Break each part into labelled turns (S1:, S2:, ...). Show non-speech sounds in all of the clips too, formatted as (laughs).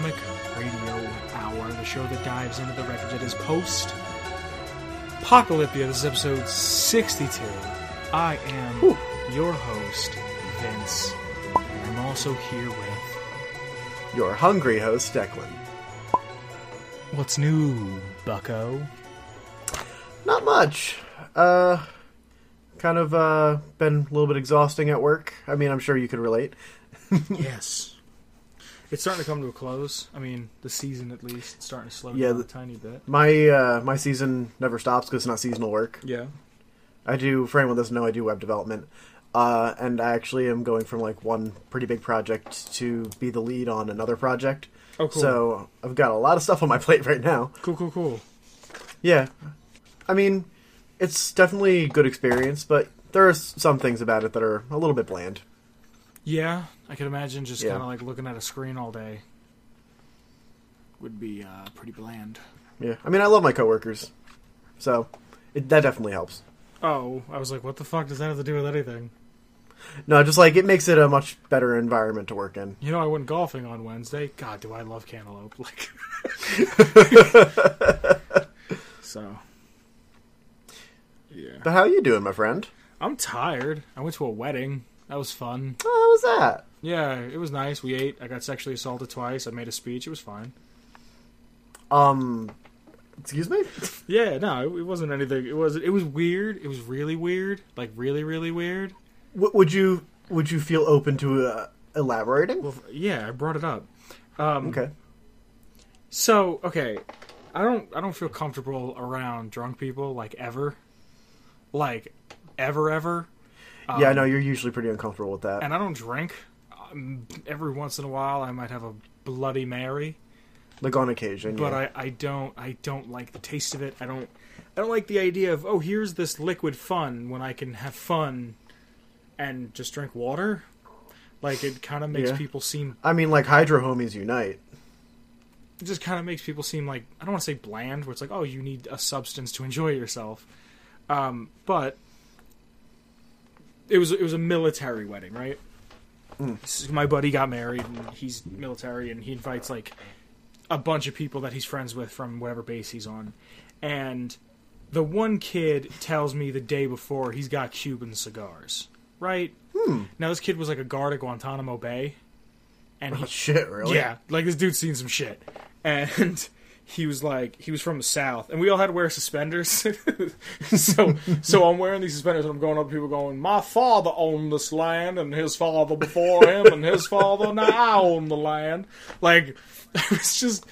S1: Radio Hour, the show that dives into the records that is post Apocalypia. This is episode 62. I am your host, Vince, and I'm also here with
S2: Your hungry host, Declan.
S1: What's New, Bucko? (laughs)
S2: Not much. Uh, kind of uh, been a little bit exhausting at work. I mean, I'm sure you can relate.
S1: Yes. It's starting to come to a close. I mean, the season at least, it's starting to slow
S2: Yeah,
S1: down
S2: the-
S1: a tiny bit.
S2: My uh, my season never stops because it's not seasonal work.
S1: Yeah.
S2: I do. For anyone that doesn't know, I do web development, uh, and I actually am going from like one pretty big project to be the lead on another project.
S1: Oh, cool.
S2: So I've got a lot of stuff on my (laughs) plate right now.
S1: Cool, cool, cool.
S2: Yeah, I mean, it's definitely a good experience, but there are s- some things about it that are a little bit bland.
S1: Yeah, I could imagine just
S2: Yeah.
S1: kind of like looking at a screen all day would be uh, pretty bland.
S2: Yeah, I mean, I love my coworkers, so it, that definitely helps.
S1: Oh, I was like, what the fuck does that have to do with anything?
S2: No, just like it makes it a much better environment to work in.
S1: You know, I went golfing on Wednesday. God, do I love cantaloupe? (laughs) Like, so yeah,
S2: But how you doing, my friend?
S1: I'm tired. I went to a wedding. That was fun.
S2: Oh, how was that?
S1: Yeah, it was nice. We ate. I got sexually assaulted twice. I made a speech. It was fine.
S2: Um, excuse me.
S1: Yeah, no, it, it wasn't anything. It was it was weird. It was really weird. Like really, really weird.
S2: W- would you would you feel open to uh, elaborating?
S1: Well, yeah, I brought it up. Um,
S2: okay.
S1: So okay, I don't I don't feel comfortable around drunk people like ever, like ever ever,
S2: yeah, I know you're usually pretty uncomfortable with that.
S1: um, and I don't drink. Um, every once in a while, I might have a Bloody Mary,
S2: Like on occasion,
S1: but
S2: yeah.
S1: I, I don't I don't like the taste of it. I don't I don't like the idea of oh here's this liquid fun when I can have fun and just drink water. Like it kind of makes
S2: Yeah.
S1: people seem
S2: I mean, like Hydro homies unite.
S1: it just kind of makes people seem like I don't want to say bland, where it's like, oh, you need a substance to enjoy yourself. Um, but it was it was a military wedding, right? S- My buddy got married, and he's military, and he invites like a bunch of people that he's friends with from whatever base he's on, and the one kid tells me the day before he's got Cuban cigars, right? Now this kid was like a guard at Guantanamo Bay, and he
S2: Shit, really?
S1: yeah, like this dude's seen some shit, and (laughs) he was like, he was from the south, and we all had to wear suspenders. (laughs) so, so I'm wearing these suspenders, and I'm going up to people, going, "My father owned this land, and his father before him, and his father, and I own the land." Like, (laughs) it was just,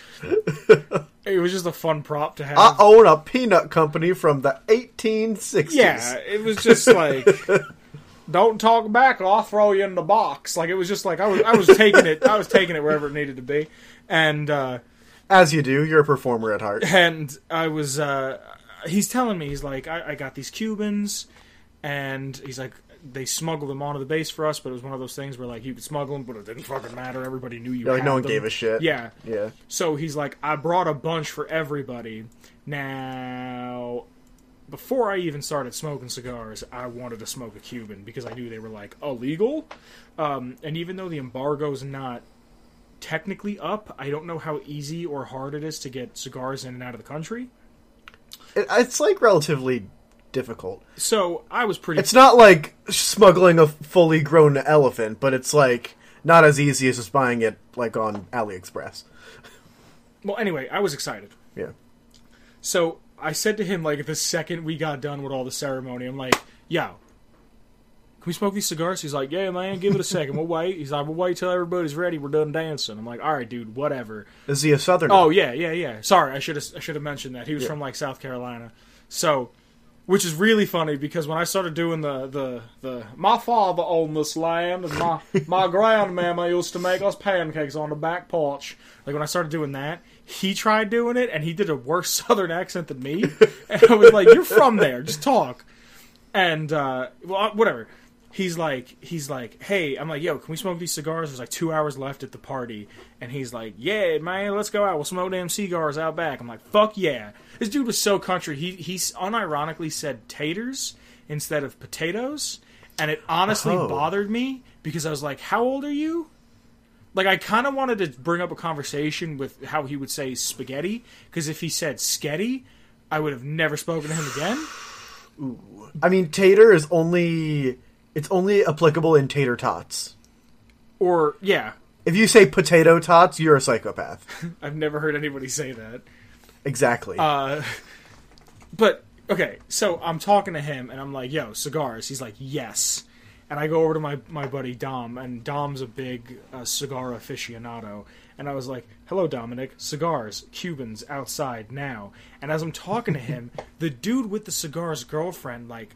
S1: it was just a fun prop to have.
S2: I own a peanut company from the 1860s.
S1: Yeah, it was just like, don't talk back, or I'll throw you in the box. Like it was just like I was, I was taking it, I was taking it wherever it needed to be, and uh,
S2: As you do, you're a performer
S1: (laughs)
S2: at heart.
S1: and I was, uh, he's telling me, he's like, I, I got these Cubans, and he's like, they smuggled them onto the base for us, but it was one of those things where like you could smuggle them, but it didn't fucking matter. Everybody knew you.
S2: Like,
S1: had
S2: no one
S1: them.
S2: gave a shit.
S1: Yeah.
S2: Yeah.
S1: So he's like, I brought a bunch for everybody. Now, before I even started smoking cigars, I wanted to smoke a Cuban because I knew they were like illegal. Um, and even though the embargo's not technically up, I don't know how easy or hard it is to get cigars in and out of the country.
S2: It, it's like relatively difficult.
S1: So I was pretty.
S2: It's not like smuggling a fully grown elephant, but it's like not as easy as just buying it like on AliExpress.
S1: well, anyway, I was excited.
S2: Yeah.
S1: So I said to him, like, the second we got done with all the ceremony, I'm like, yo, can we smoke these cigars? He's like, yeah, man, give it a second. We'll wait. He's like, we'll wait till everybody's ready. We're done dancing. I'm like, all right, dude, whatever.
S2: Is he a southerner?
S1: Oh, yeah, yeah, yeah. Sorry, I should have I should have mentioned that. He was from, like, South Carolina. So, which is really funny because when I started doing the, the, the my father owned this land and my, my grandmama used to make us pancakes on the back porch. Like, when I started doing that, he tried doing it and he did a worse (laughs) Southern accent than me. And I was like, you're from there, just talk and uh, well, whatever. He's like, he's like, hey, I'm like, yo, can we smoke these cigars? There's like two hours left at the party, and he's like, yeah, man, let's go out. We'll smoke damn cigars out back. I'm like, fuck yeah. This dude was so country. He he unironically said taters instead of potatoes, and it honestly
S2: Oh.
S1: bothered me because I was like, how old are you? like I kind of wanted to bring up a conversation with how he would say spaghetti because if he said sketty, I would have never spoken to him again.
S2: I mean, tater is only it's only applicable in tater tots.
S1: Or yeah,
S2: If you say potato tots, you're a psychopath.
S1: I've never heard anybody say that.
S2: Exactly.
S1: Uh, but okay, so I'm talking to him and I'm like, "Yo, cigars." He's like, "Yes." And I go over to my my buddy Dom, and Dom's a big uh, cigar aficionado. And I was like, "Hello, Dominic. Cigars, Cubans outside now." And as I'm
S2: (laughs)
S1: talking to him, the dude with the cigars girlfriend like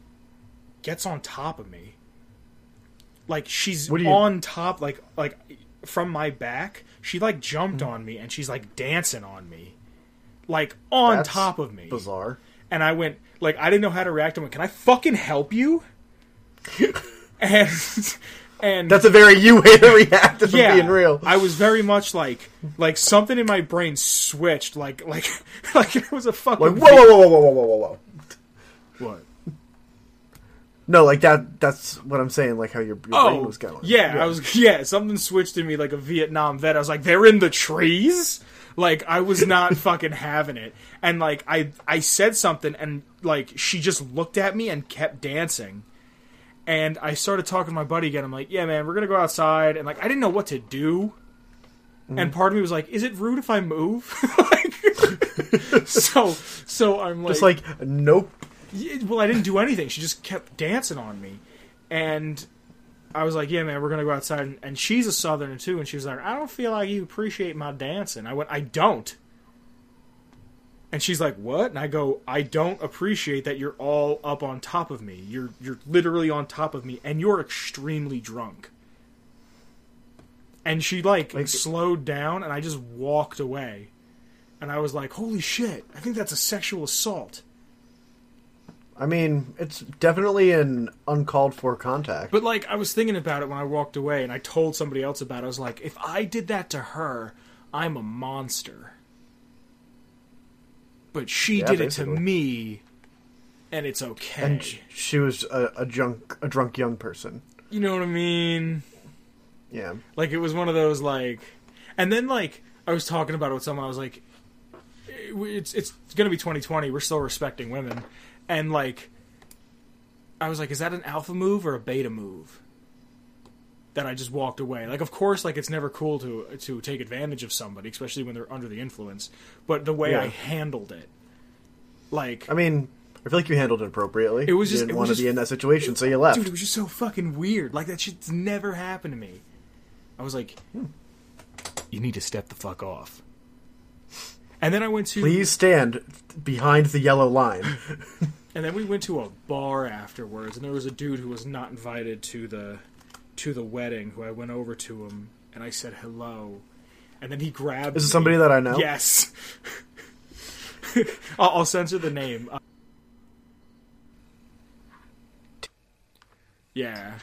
S1: gets on top of me. Like she's
S2: What do you-
S1: on top, like like from my back. She like jumped
S2: Mm.
S1: on me and she's like dancing on me, like on
S2: That's
S1: top of me.
S2: Bizarre.
S1: And I went like I didn't know how to react. I went, "Can I fucking help you?" (laughs) and and
S2: That's a very (laughs) you way to react. If I'm being real.
S1: I was very much like like something in my brain switched like like (laughs) like it was a fucking
S2: Like whoa, whoa, whoa, whoa, whoa, whoa, whoa, whoa.
S1: what?
S2: No, like that. That's what I'm saying. Like how your, your brain
S1: Oh,
S2: was going.
S1: yeah, I was (laughs) yeah, something switched in me like a Vietnam vet. I was like, "They're in the trees?" Like I was
S2: (laughs)
S1: not fucking having it. And like I I said something and like she just looked at me and kept dancing. And I started talking to my buddy again. I'm like, "Yeah, man, we're going to go outside." And like I didn't know what to do. And part of me was like, "Is it rude if I move?" (laughs)
S2: (laughs)
S1: like, so so I'm
S2: It's like nope.
S1: yeah, well, I didn't do anything. She just kept dancing on me, and I was like, "Yeah, man, we're gonna go outside." And, and she's a southerner too, and she was like, "I don't feel like you appreciate my dancing." I went, "I don't." And she's like, "What?" And I go, "I don't appreciate that you're all up on top of me. You're you're literally on top of me, and you're extremely drunk." And she like, slowed down, and I just walked away. And I was like, "Holy shit! I think that's a sexual assault."
S2: I mean, it's definitely an uncalled for contact.
S1: But like I was thinking about it when I walked away and I told somebody else about it. I was like, if I did that to her, I'm a monster. But she
S2: Yeah,
S1: did it
S2: basically.
S1: to me and it's okay.
S2: and sh- she was a, a drunk, a drunk young person.
S1: you know what I mean?
S2: Yeah.
S1: Like it was one of those like and then like I was talking about it with someone I was like it's it's going to be 2020. We're still respecting women. And like I was like is that an alpha move or a beta move? That I just walked away. Like of course like it's never cool to to take advantage of somebody, especially when they're under the influence, but the way
S2: Yeah.
S1: I handled it like
S2: I mean, I feel like you handled it appropriately.
S1: It was
S2: you
S1: just-
S2: didn't
S1: it was
S2: want
S1: just-
S2: to be in that situation, so you left.
S1: Dude, it was just so fucking weird. Like that shit's never happened to me. I was like,
S2: Hmm.
S1: you need to step the fuck off. And then I went to,
S2: Please stand behind the yellow line.
S1: and then we went to a bar afterwards, and there was a dude who was not invited to the, to the wedding. Who I went over to him, and I said hello, and then he grabbed.
S2: Is it
S1: me.
S2: somebody that I know?
S1: Yes. (laughs) I'll, I'll censor the name. Uh, yeah.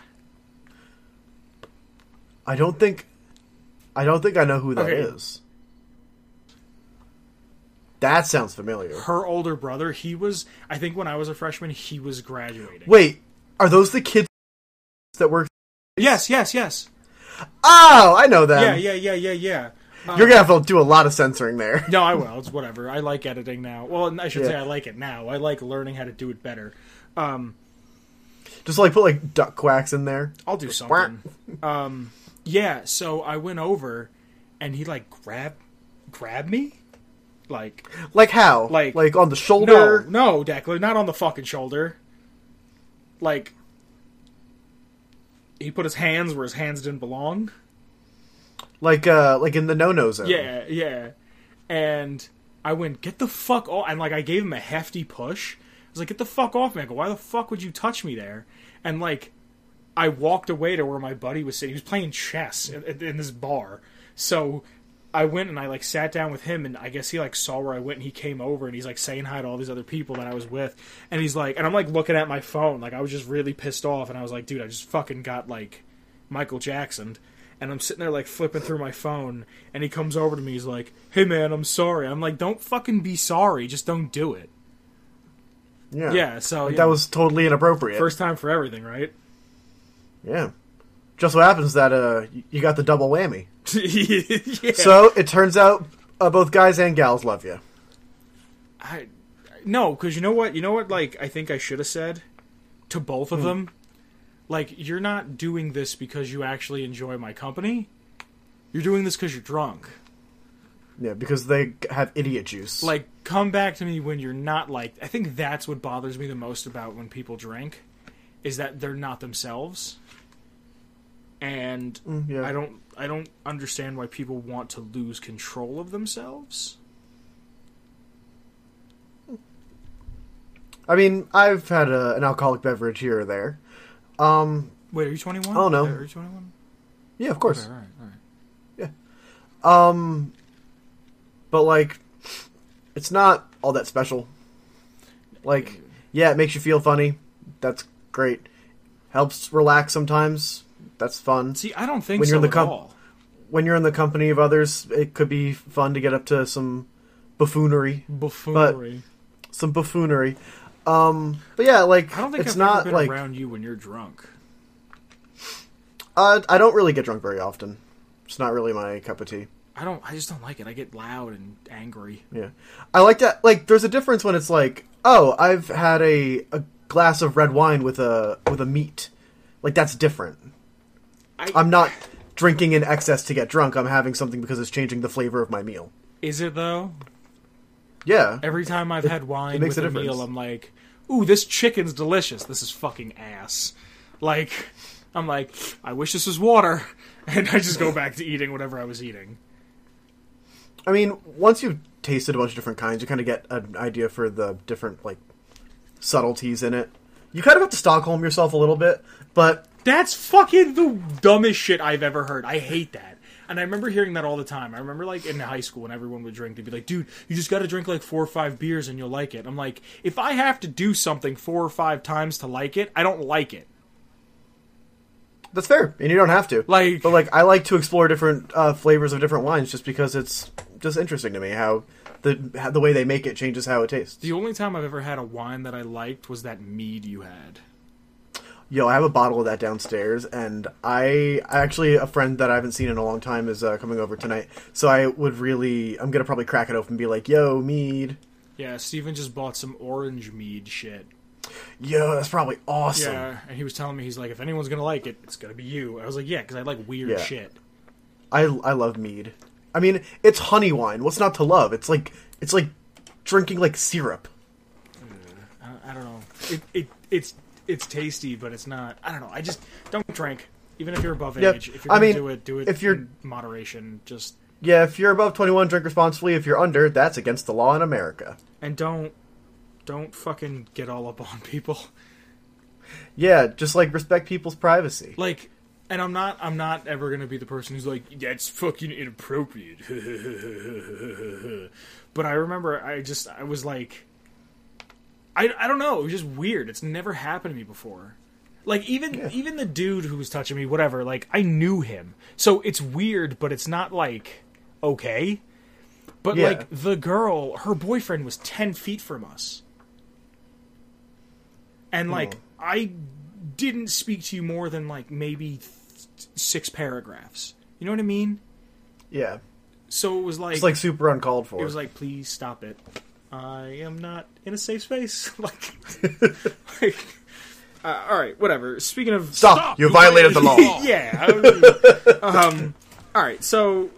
S2: I don't think. I don't think I know who that is.
S1: Okay.
S2: That sounds familiar.
S1: her older brother, he was I think when I was a freshman, he was graduating.
S2: Wait, are those the kids that work?
S1: Yes, yes, yes.
S2: Oh, I know them.
S1: Yeah, yeah, yeah, yeah, yeah. Uh,
S2: You're gonna have to do a lot of censoring there.
S1: No, I will. It's whatever. I like editing now. Well, I should
S2: Yeah.
S1: say I like it now. I like learning how to do it better. Um,
S2: Just like put like duck quacks in there.
S1: I'll do something. um, yeah. So I went over, and he like grabbed grabbed me, like
S2: Like how?
S1: Like-
S2: like on the
S1: no,
S2: shoulder.
S1: no, Declan, not on the fucking shoulder. Like he put his hands where his hands didn't belong.
S2: Like uh like in the no no zone.
S1: Yeah, yeah. And I went, get the fuck off. And like, I gave him a hefty push. I was like, get the fuck off, man. I go, Why the fuck would you touch me there? And like, I walked away to where my buddy was sitting. He was playing chess in, in- in this bar. So I went and I like sat down with him, and I guess he like saw where I went, and he came over, and he's like saying hi to all these other people that I was with, and he's like, and I'm like looking at my phone, like I was just really pissed off, and I was like, dude, I just fucking got like Michael Jackson. And I'm sitting there like flipping through my phone, and he comes over to me. He's like, "Hey man, I'm sorry." I'm like, "Don't fucking be sorry. Just don't do it."
S2: Yeah.
S1: Yeah. So
S2: That was totally inappropriate.
S1: first time for everything, right? (laughs)
S2: Yeah. Just so happens that uh y- you got the double whammy.
S1: yeah.
S2: So it turns out uh, both guys and gals love you.
S1: I, no, because you know what? You know what? Like, I think I should have said to both
S2: Hmm.
S1: of them, like, you're not doing this because you actually enjoy my company. You're doing this because you're drunk.
S2: Yeah, because they g- have idiot juice.
S1: Like, come back to me when you're not like. I think that's what bothers me the most about when people drink, is that they're not themselves. And
S2: Mm, yeah.
S1: I don't, I don't understand why people want to lose control of themselves.
S2: I mean, I've had a, an alcoholic beverage here or there. Um,
S1: Wait, are you 21?
S2: Oh, no.
S1: Are you 21?
S2: yeah, of course.
S1: Okay, all right, all right.
S2: Um, but like, it's not all that special. Like, yeah, it makes you feel funny. That's great. Helps relax sometimes. That's fun.
S1: See, I don't think
S2: When
S1: so
S2: you're in the
S1: at
S2: comp-
S1: all.
S2: When you're in the company of others, it could be fun to get up to some buffoonery,
S1: Buffoonery.
S2: some buffoonery. Um, but yeah, like
S1: I don't think
S2: it's
S1: I've
S2: not
S1: ever been
S2: like
S1: around you when you're drunk.
S2: uh, I don't really get drunk very often. It's not really my cup of tea.
S1: I don't. I just don't like it. I get loud and angry.
S2: Yeah. I like that. Like, there's a difference when it's like, oh, I've had a, a glass of red wine with a with a meat. Like that's different.
S1: I-
S2: I'm not drinking in excess to get drunk. I'm having something because it's changing the flavor of my meal.
S1: Is it though?
S2: Yeah.
S1: Every time I've had wine
S2: makes
S1: with
S2: a
S1: a meal,
S2: difference.
S1: I'm like, "Ooh, this chicken's delicious. This is fucking ass." Like, I'm like, "I wish this was water," (laughs) and I just go back to eating whatever I was eating.
S2: I mean, once you've tasted a bunch of different kinds, you kind of get an idea for the different like subtleties in it. You kind of have to Stockholm yourself a little bit, but
S1: That's fucking the dumbest shit I've ever heard. I hate that. And I remember hearing that all the time. I remember like in high school when everyone would drink, they'd be like, dude, you just gotta drink like four or five beers and you'll like it. I'm like, if I have to do something four or five times to like it, I don't like it.
S2: that's fair, and you don't have to.
S1: Like-
S2: but like, I like to explore different uh, flavors of different wines just because it's just interesting to me how the how the way they make it changes how it tastes.
S1: The only time I've ever had a wine that I liked was that mead you had.
S2: Yo, I have a bottle of that downstairs, and I I actually a friend that I haven't seen in a long time is uh, coming over tonight, so I would really I'm gonna probably crack it open and be like, yo, mead.
S1: Yeah, Steven just bought some orange mead shit.
S2: Yo, that's probably awesome.
S1: Yeah, and he was telling me, he's like, if anyone's gonna like it, it's gonna be you. I was like, yeah, because I like weird
S2: Yeah.
S1: shit.
S2: I I love mead. I mean, it's honey wine. What's not to love? It's like it's like drinking like syrup.
S1: I don't know. It, it it's it's tasty, but it's not. I don't know. I just don't drink, even if you're above
S2: Yep.
S1: age. If you're
S2: I
S1: gonna
S2: mean,
S1: do it, do it.
S2: if you're-
S1: in moderation, just
S2: Yeah, if you're above 21, drink responsibly. If you're under, that's against the law in America.
S1: and don't don't fucking get all up on people.
S2: Yeah, just like respect people's privacy.
S1: Like, and I'm not I'm not ever gonna be the person who's like that's fucking inappropriate. (laughs) but I remember I just I was like, I I don't know. It was just weird. It's never happened to me before. like even even the dude who was touching me whatever like i knew him so it's weird but it's not like okay but
S2: Yeah.
S1: like the girl her boyfriend was 10 feet from us and like i didn't speak to you more than like maybe th- six paragraphs you know what i mean
S2: Yeah,
S1: so it was like,
S2: it's like super uncalled for.
S1: it was like please stop it i am not in a safe space (laughs) like,
S2: (laughs)
S1: like uh, all right whatever speaking of
S2: stop. You violated the (laughs) law.
S1: yeah. I- um, all right. So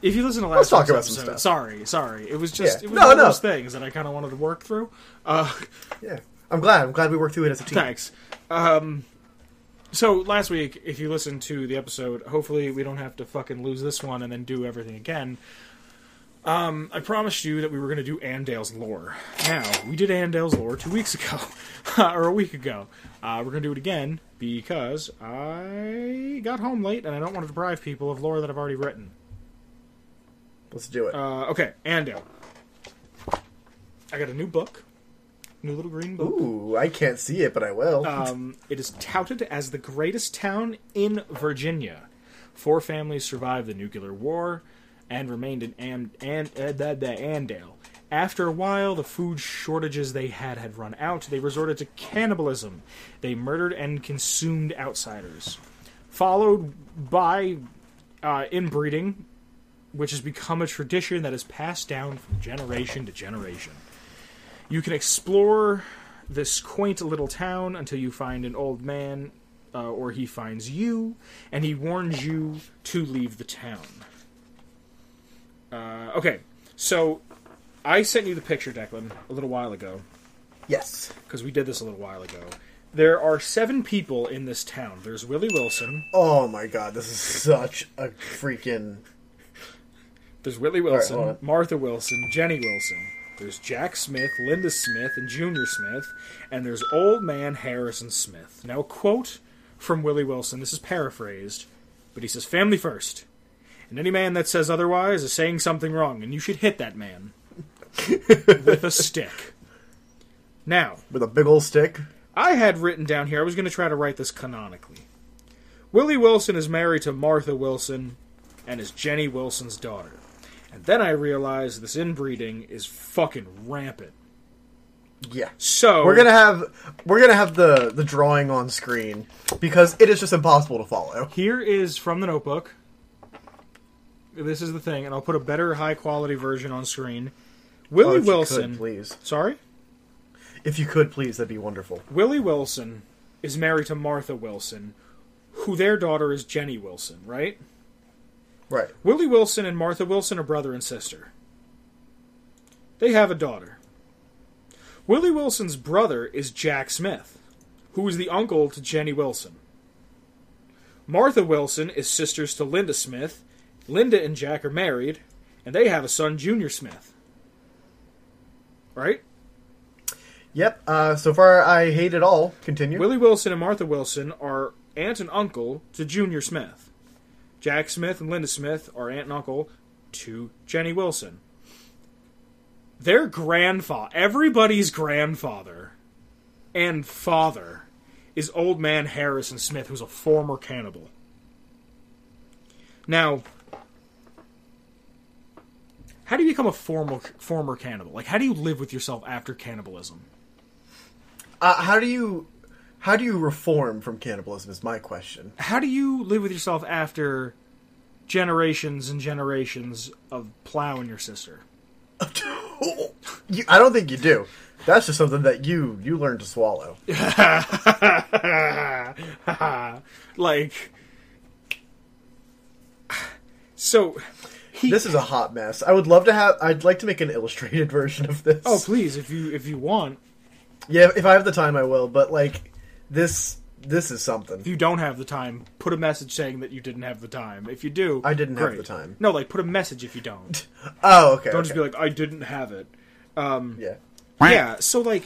S1: if you listen to last
S2: Let's talk
S1: week's
S2: about some
S1: episode-
S2: stuff.
S1: sorry, sorry. It was just
S2: Yeah.
S1: it was
S2: No,
S1: one
S2: no.
S1: of those things that I kind of wanted to work through. Uh,
S2: Yeah, I'm glad. I'm glad we worked through it as a team.
S1: thanks. Um, so last week, if you listen to the episode, hopefully we don't have to fucking lose this one and then do everything again. Um, I promised you that we were going to do Andale's lore. Now we did Andale's lore two weeks ago, (laughs) or a week ago. Uh, we're going to do it again because I got home late and I don't want to deprive people of lore that I've already written.
S2: Let's do it.
S1: Uh, okay, Andale. I got a new book, new little green book.
S2: Ooh, I can't see it, but I will.
S1: Um, it is touted as the greatest town in Virginia. Four families survived the nuclear war and remained in Am- An- uh, the, the Andale. After a while, the food shortages they had had run out. They resorted to cannibalism. They murdered and consumed outsiders. Followed by uh, inbreeding, which has become a tradition that is passed down from generation to generation. You can explore this quaint little town until you find an old man, uh, or he finds you, and he warns you to leave the town. Uh, okay, so I sent you the picture, Declan, a little while ago
S2: Yes.
S1: because we did this a little while ago. There are seven people in this town. There's Willie Wilson.
S2: Oh my god, this is such a freaking.
S1: There's Willie Wilson,
S2: hold on.
S1: Martha Wilson, Jenny Wilson. There's Jack Smith, Linda Smith, and Junior Smith. And there's old man Harrison Smith. Now, a quote from Willie Wilson. This is paraphrased, but he says, Family first. And any man that says otherwise is saying something wrong, and you should hit that man (laughs) with a stick. Now,
S2: With a big old stick.
S1: I had written down here, I was going to try to write this canonically. Willie Wilson is married to Martha Wilson and is Jenny Wilson's daughter. And then I realized this inbreeding is fucking rampant.
S2: Yeah.
S1: So
S2: We're gonna have we're gonna have the the drawing on screen because it is just impossible to follow.
S1: here is from the notebook. This is the thing, and I'll put a better high quality version on screen.
S2: Oh,
S1: Willie
S2: if you
S1: Wilson
S2: could, please.
S1: Sorry?
S2: If you could, please, that'd be wonderful.
S1: Willie Wilson is married to Martha Wilson, who their daughter is Jenny Wilson, right?
S2: Right.
S1: Willie Wilson and Martha Wilson are brother and sister. They have a daughter. Willie Wilson's brother is Jack Smith, who is the uncle to Jenny Wilson. Martha Wilson is sisters to Linda Smith. Linda and Jack are married, and they have a son, Junior Smith. Right?
S2: Yep. Uh, so far, I hate it all. Continue.
S1: Willie Wilson and Martha Wilson are aunt and uncle to Junior Smith. Jack Smith and Linda Smith are aunt and uncle to Jenny Wilson. Their grandfather, everybody's grandfather and father is old man Harrison Smith, who's a former cannibal. Now, how do you become a former former cannibal? Like, how do you live with yourself after cannibalism?
S2: Uh, how do you how do you reform from cannibalism? Is my question. (laughs)
S1: how do you live with yourself after generations and generations of plowing your sister?
S2: You, I don't think you do. That's just something that you you learn to swallow.
S1: Like, (sighs) so he.
S2: This is a hot mess. I would love to have. I'd like to make an illustrated (laughs) version of this.
S1: oh, please, if you if you want,
S2: yeah. If I have the time, I will. But like this, this is
S1: if
S2: something.
S1: you don't have the time, put a message saying that you didn't have the time. If you do,
S2: I didn't have
S1: great.
S2: the time.
S1: No, like put a message if you
S2: (laughs)
S1: don't.
S2: Oh, okay.
S1: Don't
S2: okay.
S1: just be like, I didn't have it.
S2: yeah.
S1: Yeah, so like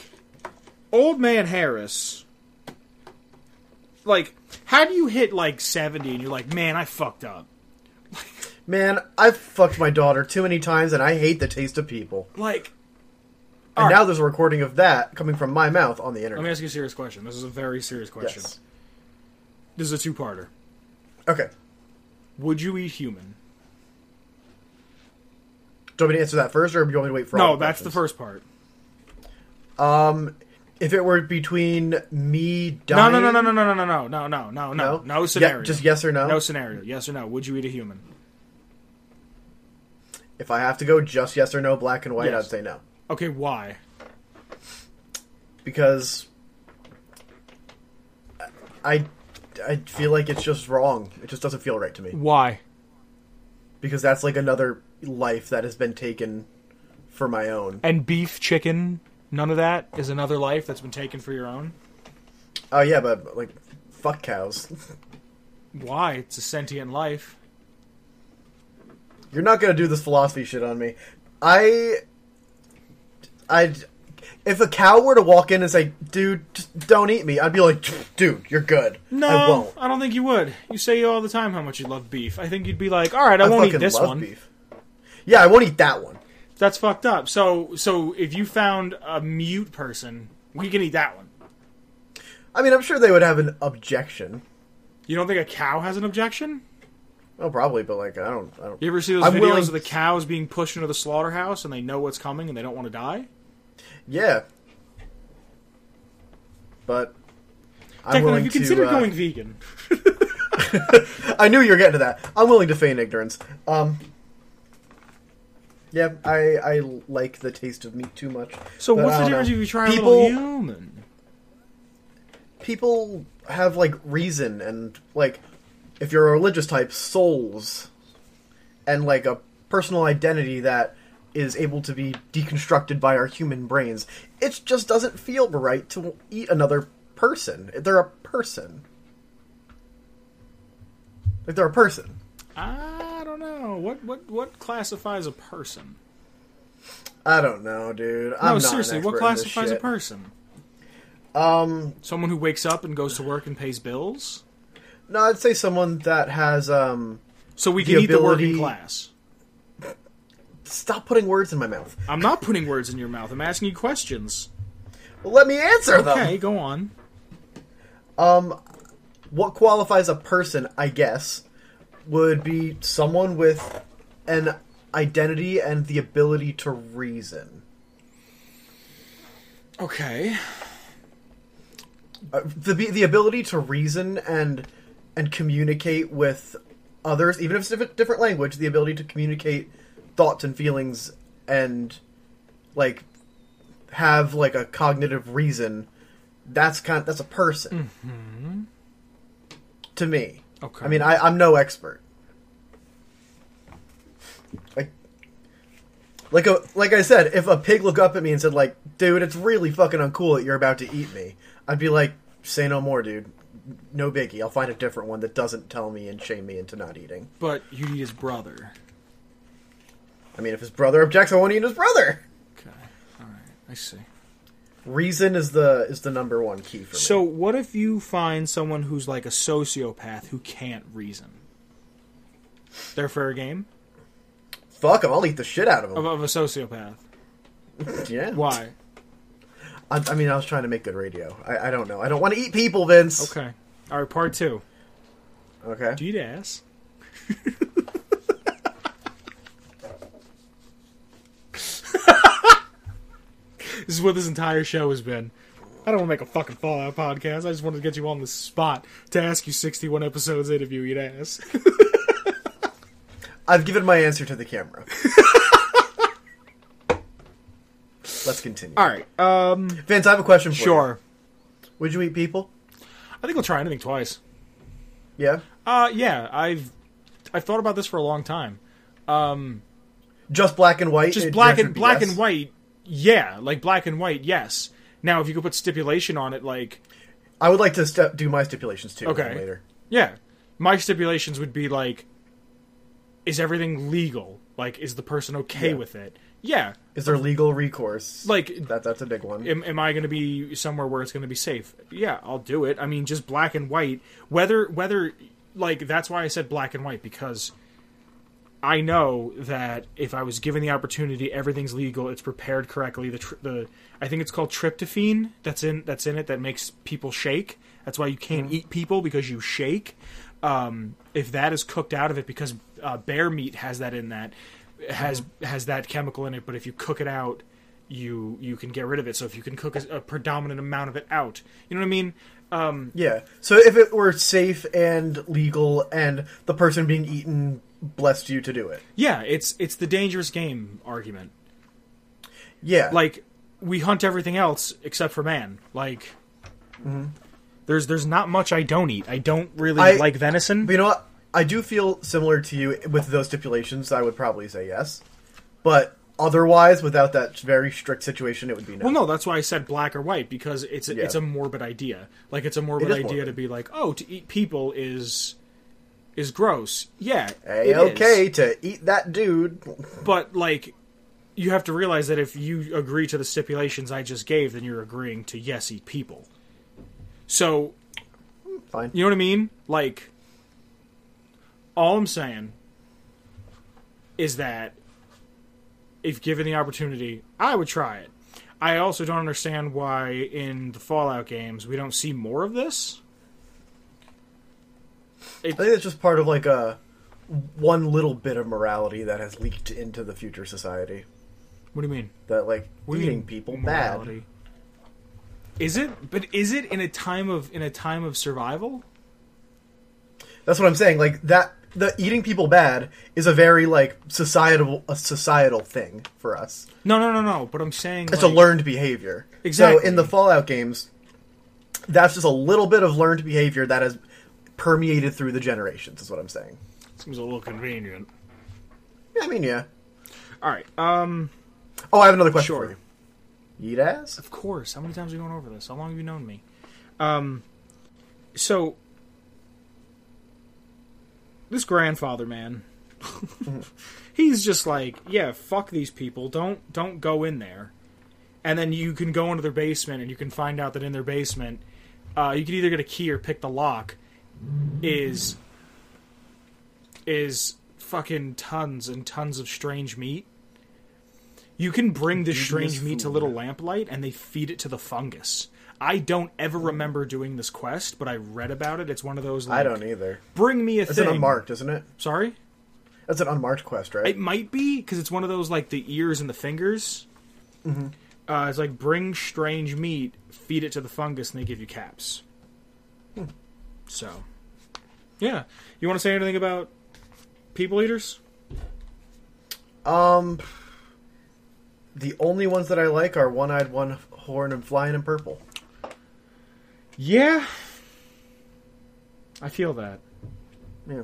S1: old man Harris like how do you hit like 70 and you're like, "Man, I fucked up."
S2: Man, I've fucked my daughter too many times, and I hate the taste of people.
S1: Like
S2: And
S1: All right.
S2: now there's a recording of that coming from my mouth on the
S1: let me
S2: internet.
S1: ask you a serious question. This is a very serious question.
S2: Yes.
S1: This is a two-parter.
S2: Okay.
S1: Would you eat human?
S2: Do you want me to answer that first, or do you want me to wait for? all
S1: No, that's the
S2: questions? Um,
S1: first part.
S2: If it were between me
S1: No,
S2: dying,
S1: no, no, no, no, no, no, no, no, no, no, no, no
S2: Yeah,
S1: scenario.
S2: just yes or no?
S1: No scenario. Yes or no? Would you eat a human?
S2: If I have to go just yes or no, black and white,
S1: Yes.
S2: I'd say no
S1: Okay, why?
S2: because I I feel like it's just wrong. It just doesn't feel right to me
S1: Why?
S2: because that's like another life that has been taken for my own.
S1: And beef, chicken, none of that is another life that's been taken for your own?
S2: Oh yeah, but like fuck cows. (laughs)
S1: Why? It's a sentient life.
S2: You're not gonna do this philosophy shit on me. I, I, if a cow were to walk in and say, "Dude, just don't eat me," I'd be like, "Dude, you're good."
S1: No,
S2: I won't.
S1: don't think you would. You say all the time how much you love beef. I think you'd be like, all right, I,
S2: I
S1: won't
S2: fucking
S1: eat this
S2: love
S1: one.
S2: beef. Yeah, I won't eat that one.
S1: That's fucked up. So, so if you found a mute person, we can eat that one.
S2: I mean, I'm sure they would have an objection.
S1: You don't think a cow has an objection?
S2: Well, probably, but like, I don't. I don't.
S1: You ever see those
S2: I'm
S1: videos
S2: willing-
S1: of the cows being pushed into the slaughterhouse and they know what's coming and they don't want to die?
S2: Yeah. But I'm
S1: Declan, if
S2: willing
S1: you
S2: to.
S1: consider
S2: uh,
S1: going vegan,
S2: (laughs) I knew you were getting to that. I'm willing to feign ignorance. Um, yeah, I I like the taste of meat too much.
S1: So
S2: But
S1: what's
S2: I
S1: the
S2: don't know.
S1: difference if you try
S2: People-
S1: a little human?
S2: People have like reason and like, if you're a religious type, souls, and like a personal identity that is able to be deconstructed by our human brains. It just doesn't feel right to eat another person. They're a person. Like they're a person.
S1: I don't know. What what what classifies a person?
S2: I don't know, dude. I'm
S1: no,
S2: not
S1: seriously,
S2: an
S1: what
S2: expert in this
S1: classifies a
S2: shit.
S1: person?
S2: Um,
S1: Someone who wakes up and goes to work and pays bills.
S2: no, I'd say someone that has um.
S1: So we
S2: The
S1: can eat the working
S2: ability-
S1: class.
S2: Stop putting words in my mouth.
S1: I'm not putting words in your mouth. I'm asking you questions.
S2: Well, let me answer them.
S1: Okay, go on.
S2: Um, what qualifies a person, I guess, would be someone with an identity and the ability to reason.
S1: Okay.
S2: Uh, the the ability to reason and and communicate with others, even if it's a diff- different language, the ability to communicate thoughts and feelings and like have like a cognitive reason. That's kind. that's a person. To me,
S1: Okay.
S2: I mean, I, I'm no expert. Like, like a like I said, if a pig looked up at me and said, "Like, dude, it's really fucking uncool that you're about to eat me," I'd be like, "Say no more, dude. No biggie. I'll find a different one that doesn't tell me and shame me into not eating."
S1: but you need his brother.
S2: I mean, if his brother objects, I won't eat his brother.
S1: Okay. All right. I see.
S2: Reason is the is the number one key for me.
S1: So what if you find someone who's like a sociopath who can't reason? They're fair game
S2: fuck him. I'll eat the shit out of
S1: of,
S2: him.
S1: of a sociopath.
S2: Yeah.
S1: Why?
S2: I, I mean, I was trying to make good radio. I, I don't know. I don't want to eat people, Vince.
S1: Okay. All right. Part two.
S2: Okay.
S1: Do you eat ass? (laughs) this is what this entire show has been. I don't want to make a fucking Fallout podcast. I just wanted to get you on the spot to ask you 61 episodes in if you eat ass.
S2: I've given my answer to the
S1: (laughs)
S2: camera. Let's continue.
S1: All right. Um.
S2: Vince, I have a question for you.
S1: Sure.
S2: Would you eat people?
S1: I think I'll try anything twice.
S2: Yeah.
S1: Uh. Yeah. I've I've thought about this for a long time.
S2: Just black and white?
S1: just
S2: It-
S1: black
S2: the answer
S1: and
S2: would be
S1: black
S2: yes.
S1: and white. Yeah, like black and white. Yes. Now, if you could put stipulation on it, like
S2: I would like to step, do my stipulations too
S1: Okay.
S2: later.
S1: yeah, my stipulations would be like, is everything legal? Like, is the person okay
S2: Yeah.
S1: with it? Yeah.
S2: Is there legal recourse?
S1: Like,
S2: that that's a big one.
S1: am, am I going to be somewhere where it's going to be safe? Yeah, I'll do it. I mean, just black and white. Whether whether like that's why I said black and white because I know that if I was given the opportunity, everything's legal. It's prepared correctly. The tr- the I think it's called tryptophan that's in that's in it that makes people shake. That's why you can't eat people because you shake. Um, if that is cooked out of it, because uh, bear meat has that in that has has that chemical in it. But if you cook it out, you you can get rid of it. So if you can cook a, a predominant amount of it out, you know what I mean. Um,
S2: yeah. So if it were safe and legal and the person being eaten blessed you to do it.
S1: yeah, it's it's the dangerous game argument.
S2: Yeah.
S1: like we hunt everything else except for man. Like there's there's not much I don't eat. I don't really
S2: Mm-hmm. I-
S1: like venison.
S2: But you know what? I do feel similar to you with those stipulations. I would probably say yes, but otherwise, without that very strict situation, it would be no.
S1: well, no, that's why I said black or white because it's a,
S2: Yeah.
S1: it's a morbid idea. Like it's a morbid
S2: is
S1: idea
S2: morbid.
S1: to be like, oh, to eat people is is gross. Yeah,
S2: Hey,
S1: it is.
S2: okay, to eat that dude.
S1: but like you have to realize that if you agree to the stipulations I just gave, then you're agreeing to yes eat people. So
S2: Fine.
S1: You know what I mean? Like, all I'm saying is that if given the opportunity, I would try it. I also don't understand why in the Fallout games we don't see more of this.
S2: I think that's just part of like a one little bit of morality that has leaked into the future society.
S1: What do you mean?
S2: That like
S1: What do you
S2: eating
S1: mean
S2: people
S1: morality? Is it? But is it in a time of in a time of survival?
S2: bad. That's what I'm saying. Like that, the eating people bad is a very like societal a societal thing for us.
S1: No, no, no, no. But I'm saying
S2: It's
S1: like,
S2: a learned behavior. So
S1: Exactly.
S2: in the Fallout games, that's just a little bit of learned behavior that has permeated through the generations. Is what I'm saying.
S1: Seems a little convenient.
S2: Yeah, I mean, yeah.
S1: All right. Um.
S2: Oh, I have another question
S1: Sure.
S2: for you. Yeet ass.
S1: Of course. How many times have you gone over this? How long have you known me? Um, so this grandfather man, (laughs) he's just like, yeah, fuck these people. Don't don't go in there. And then you can go into their basement, and you can find out that in their basement, uh, you can either get a key or pick the lock. Is is fucking tons and tons of strange meat. You can bring this strange meat to
S2: food.
S1: Little Lamplight, and they feed it to the fungus. I don't ever remember doing this quest, but I read about it. It's one of those. Like,
S2: I don't either.
S1: bring me a
S2: It's
S1: thing.
S2: an unmarked, isn't it?
S1: Sorry,
S2: That's an unmarked quest, right?
S1: it might be because it's one of those like the ears and the fingers.
S2: Mm-hmm.
S1: Uh, it's like bring strange meat, feed it to the fungus, and they give you caps.
S2: Hmm.
S1: So, yeah. You want to say anything about people eaters?
S2: Um, the only ones that I like are One Eyed, One Horn, and Flying in Purple.
S1: Yeah, I feel that.
S2: Yeah.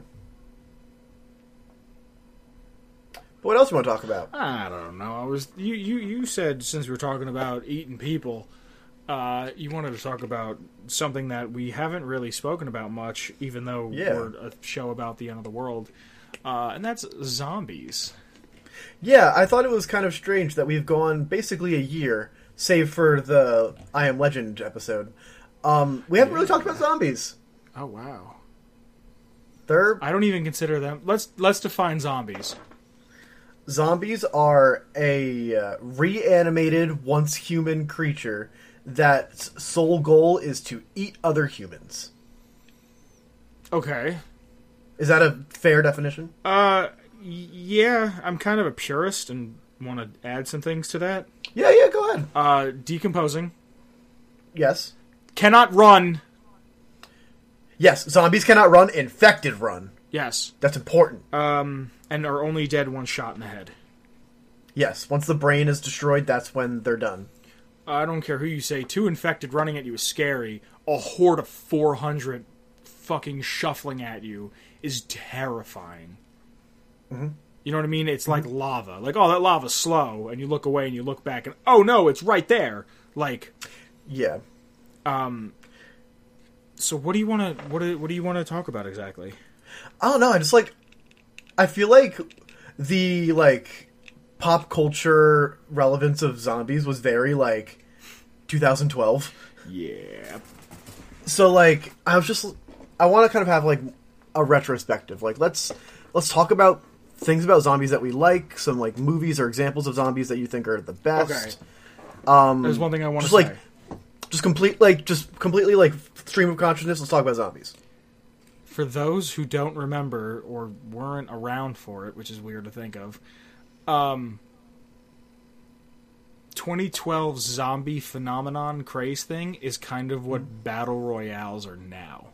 S2: But what else you want to talk about?
S1: I don't know. I was you you you said since we were talking about eating people, uh, you wanted to talk about something that we haven't really spoken about much, even though
S2: Yeah.
S1: we're a show about the end of the world, uh, and that's zombies.
S2: Yeah, I thought it was kind of strange that we've gone basically a year, save for the I Am Legend episode. Um, we haven't really talked about zombies.
S1: Oh wow!
S2: They're
S1: I don't even consider them. Let's let's define zombies.
S2: zombies are a uh, reanimated once human creature that's sole goal is to eat other humans.
S1: Okay.
S2: Is that a fair definition?
S1: Uh, y- yeah, I'm kind of a purist and want to add some things to that.
S2: Yeah, yeah, go ahead.
S1: Uh, decomposing
S2: Yes.
S1: cannot run.
S2: Yes, zombies cannot run, infected run.
S1: Yes.
S2: That's important.
S1: Um, and are only dead one shot in the head.
S2: yes, once the brain is destroyed, that's when they're done.
S1: I don't care who you say, two infected running at you is scary. A horde of 400 fucking shuffling at you is terrifying.
S2: Mm-hmm.
S1: You know what I mean? It's like lava. Like, oh, that lava's slow. And you look away and you look back and, oh no, it's right there. Like,
S2: Yeah.
S1: so what do you want to, what do, what do you want to talk about exactly?
S2: I don't know, I just like I feel like the like pop culture relevance of zombies was very like 2012.
S1: Yeah.
S2: So like I was just I want to kind of have like a retrospective. Like let's let's talk about things about zombies that we like, some like movies or examples of zombies that you think are the best.
S1: Okay. Um, There's one thing I want to
S2: just
S1: say.
S2: like just complete like just completely like stream of consciousness let's talk about zombies
S1: for those who don't remember or weren't around for it, which is weird to think of, um, 2012 zombie phenomenon craze thing is kind of what battle royales are now.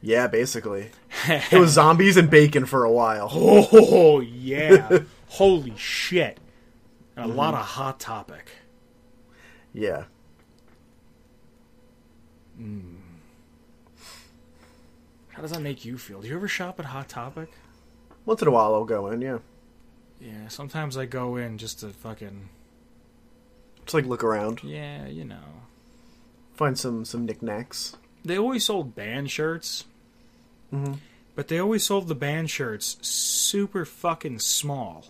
S2: yeah basically it was zombies and bacon for a while
S1: Oh yeah, (laughs) Mm-hmm. holy shit! And a lot of hot topic.
S2: yeah
S1: How does that make you feel? Do you ever shop at Hot Topic?
S2: once in a while i'll go in yeah
S1: Yeah, sometimes I go in just to fucking
S2: just like look around
S1: yeah, you know.
S2: find some some knickknacks
S1: they always sold band shirts,
S2: Mm-hmm.
S1: but they always sold the band shirts super fucking small.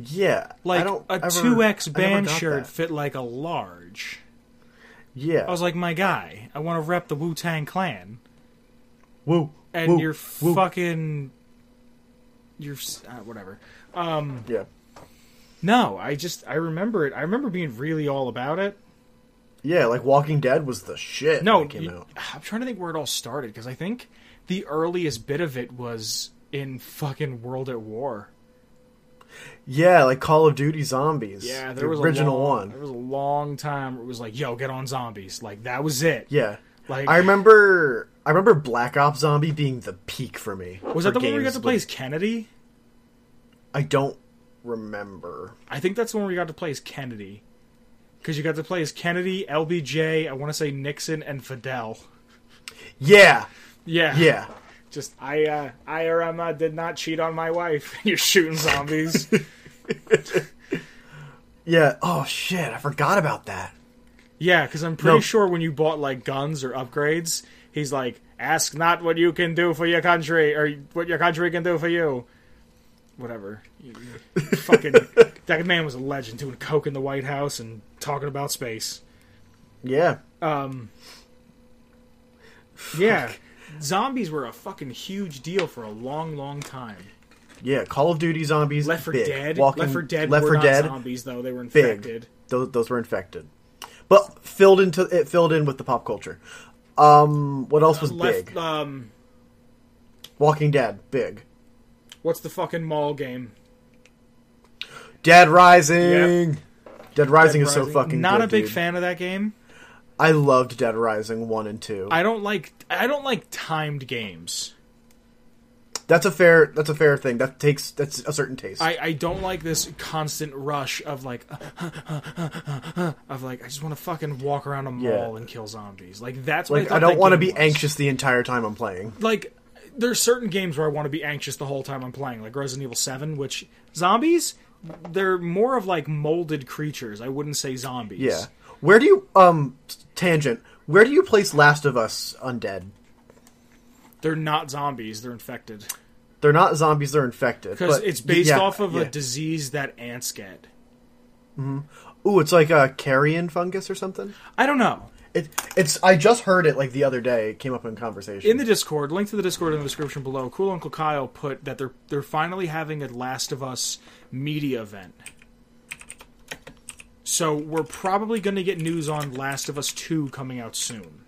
S2: yeah I
S1: Like
S2: don't
S1: a
S2: ever-
S1: two X
S2: I never
S1: band
S2: got
S1: shirt
S2: that.
S1: fit like a large.
S2: yeah
S1: I was like, my guy, I want to rep the Wu Tang Clan,
S2: woo
S1: and
S2: woo,
S1: you're
S2: woo.
S1: fucking, you're s- uh, whatever.
S2: yeah
S1: No, I just I remember it. I remember being really all about it.
S2: yeah like walking dead was the shit
S1: No,
S2: when it came
S1: you-
S2: out
S1: I'm trying to think where it all started because I think the earliest bit of it was in fucking World at War.
S2: yeah like call of duty zombies
S1: Yeah, there
S2: the
S1: was
S2: original
S1: a long, There
S2: one
S1: was a long time where it was like, "Yo, get on zombies!" Like that was it.
S2: yeah
S1: Like
S2: I remember I remember Black Ops Zombie being the peak for me.
S1: Was
S2: for
S1: that the one where we got
S2: games
S1: to play
S2: with-
S1: as Kennedy?
S2: I don't remember.
S1: I think that's the one where we got to play as Kennedy. Because you got to play as Kennedy, LBJ, I want to say Nixon, and Fidel.
S2: Yeah,
S1: Yeah.
S2: yeah.
S1: Just, I, uh, I or Emma did not cheat on my wife. (laughs) You're shooting zombies.
S2: Yeah. Oh shit, I forgot about that.
S1: yeah, because I'm pretty
S2: No.
S1: sure when you bought, like, guns or upgrades, he's like, ask not what you can do for your country or what your country can do for you. Whatever. (laughs) You- you fucking, that man was a legend doing coke in the White House and talking about space.
S2: Yeah.
S1: Um, yeah, zombies were a fucking huge deal for a long, long time.
S2: Yeah, Call of Duty zombies.
S1: Left for
S2: big.
S1: Dead,
S2: Walking,
S1: Left for Dead,
S2: Left
S1: were
S2: for
S1: not
S2: Dead.
S1: zombies though; they were
S2: Big.
S1: infected.
S2: Those those were infected, but filled into it filled in with the pop culture. Um, what else was
S1: Left,
S2: big?
S1: um,
S2: Walking Dead, big.
S1: what's the fucking mall game?
S2: Dead Rising. Dead Rising is so
S1: Rising.
S2: fucking.
S1: Not
S2: good,
S1: a big
S2: dude.
S1: fan of that game.
S2: I loved Dead Rising one and two.
S1: I don't like. I don't like timed games.
S2: that's a fair. That's a fair thing. That takes. That's a certain taste.
S1: I, I don't like this constant rush of like (laughs) of like I just want to fucking walk around a mall
S2: Yeah.
S1: and kill zombies. Like that's what
S2: like.
S1: I,
S2: I, don't
S1: want to
S2: be anxious the entire time I'm playing.
S1: like there's certain games where I want to be anxious the whole time I'm playing, like Resident Evil Seven, which zombies they're more of like molded creatures. I wouldn't say zombies.
S2: Yeah. Where do you um tangent? Where do you place Last of Us Undead?
S1: they're not zombies. They're infected
S2: They're not zombies. They're infected.
S1: because
S2: but-
S1: it's based
S2: yeah,
S1: off of
S2: yeah.
S1: a disease that ants get.
S2: Ooh, it's like a carrion fungus or something.
S1: I don't know.
S2: It, it's. I just heard it like the other day. It came up in conversation.
S1: In the Discord, link to the Discord in the description below. Cool Uncle Kyle put that they're they're finally having a Last of Us media event. So we're probably going to get news on Last of Us 2 coming out soon.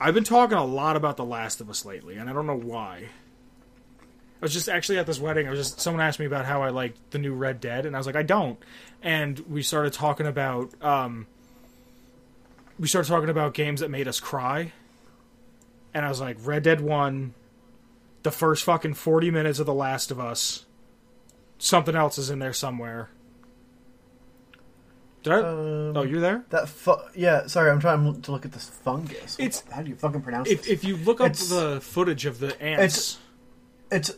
S1: I've been talking a lot about The Last of Us lately, and I don't know why. I was just actually at this wedding. I was just someone asked me about how I liked the new Red Dead, and I was like, I don't. And we started talking about um, we started talking about games that made us cry, and I was like, Red Dead One, the first fucking forty minutes of The Last of Us. Something else is in there somewhere. Did I?
S2: Um,
S1: oh, you're there.
S2: that fu- yeah. Sorry, I'm trying to look at this fungus.
S1: It's-
S2: how do you fucking pronounce
S1: If,
S2: it?
S1: if you look up
S2: It's-
S1: the footage of the ants,
S2: It's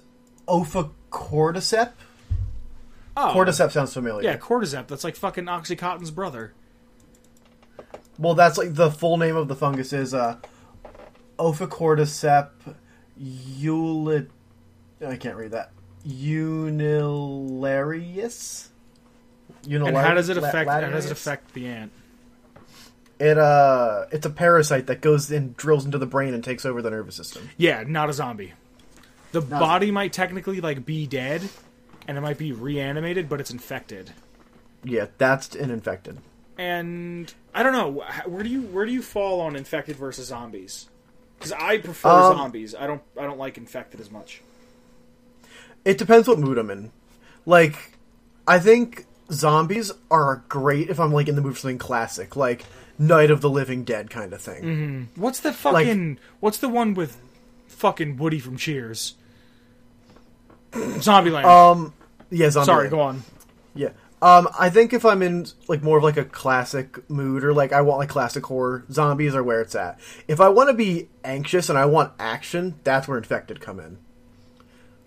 S2: Ophicordyceps.
S1: oh
S2: Cordyceps sounds familiar.
S1: yeah, cordyceps. That's like fucking OxyContin's brother.
S2: Well, that's like the full name of the fungus is uh, Ophicordyceps ulit. I can't read that. Unilarius. Unilar-
S1: And how does it affect? how
S2: la-
S1: does it
S2: Larius?
S1: affect the ant?
S2: It uh, it's a parasite that goes and drills into the brain and takes over the nervous system.
S1: Yeah, not a zombie. The
S2: a-
S1: body might technically like be dead, and it might be reanimated, but it's infected.
S2: Yeah, that's an infected.
S1: And I don't know wh- where do you where do you fall on infected versus zombies? Because I prefer
S2: Um,
S1: zombies. I don't I don't like infected as much.
S2: It depends what mood I'm in. Like, I think zombies are great if I'm like in the mood for something classic, like Night of the Living Dead kind of thing.
S1: Mm-hmm. What's the fucking What's the one with fucking Woody from Cheers? Zombieland.
S2: Um, yeah, zombie.
S1: Sorry, go on.
S2: Yeah. Um, I think if I'm in like more of like a classic mood or like I want like classic horror, zombies are where it's at. If I want to be anxious and I want action, that's where Infected come in.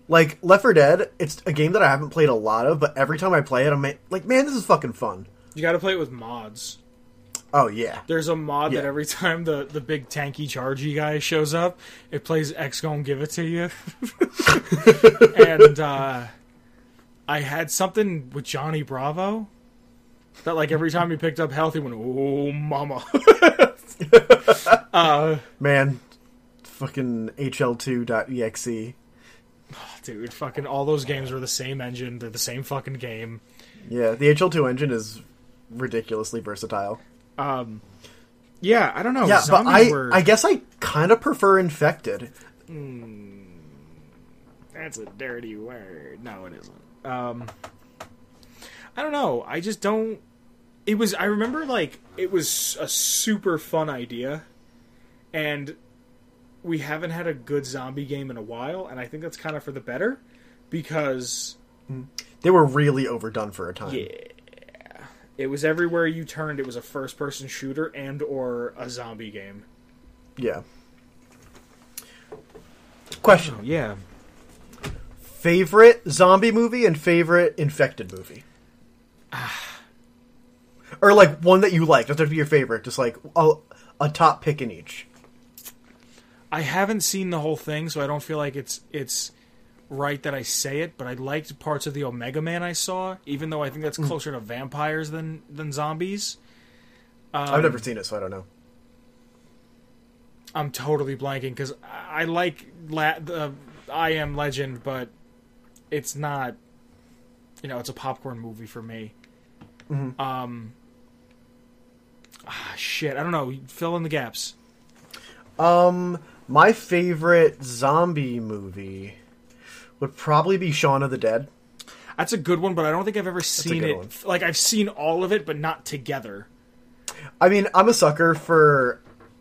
S2: Like Left 4 Dead, it's a game that I haven't played a lot of, but every time I play it, I'm like, man, this is fucking fun.
S1: You got to play it with mods.
S2: Oh yeah,
S1: There's a mod that
S2: Yeah.
S1: every time the, the big tanky chargy guy shows up, it plays X gon' give it to you. (laughs) and uh, I had something with Johnny Bravo that like every time he picked up health, he went, "Oh mama." (laughs)
S2: man, fucking E HL2.exe.
S1: Dude, fucking all those games were the same engine. They're the same fucking game.
S2: Yeah, the HL2 engine is ridiculously versatile.
S1: Yeah, I don't know.
S2: Yeah, but
S1: Zombies
S2: I
S1: were-
S2: I guess I kind of prefer Infected.
S1: That's a dirty word. No, it isn't. Um, I don't know. I just don't. It was. I remember like it was a super fun idea, and we haven't had a good zombie game in a while, and I think that's kind of for the better because
S2: They were really overdone for a time.
S1: yeah, it was everywhere you turned. It was a first-person shooter and or a zombie game.
S2: Yeah. Question:
S1: Yeah,
S2: Favorite zombie movie and favorite infected
S1: (sighs)
S2: movie? or like one that you like. Doesn't have to be your favorite. Just like a, a top pick in each.
S1: I haven't seen the whole thing, so I don't feel like it's it's right that I say it. But I liked parts of the Omega Man I saw, even though I think
S2: Mm.
S1: that's closer to vampires than than zombies.
S2: I've
S1: Um,
S2: never seen it, so I don't know.
S1: I'm totally blanking because I I like la- the I Am Legend, but it's not. You know, it's a popcorn movie for me.
S2: Mm-hmm.
S1: Um. Ah, shit. I don't know. Fill in the gaps.
S2: Um, my favorite zombie movie would probably be Shaun of the Dead.
S1: That's a good one, but I don't think I've ever seen
S2: good
S1: it.
S2: one.
S1: Like I've seen all of it, but not together.
S2: I mean, I'm a sucker for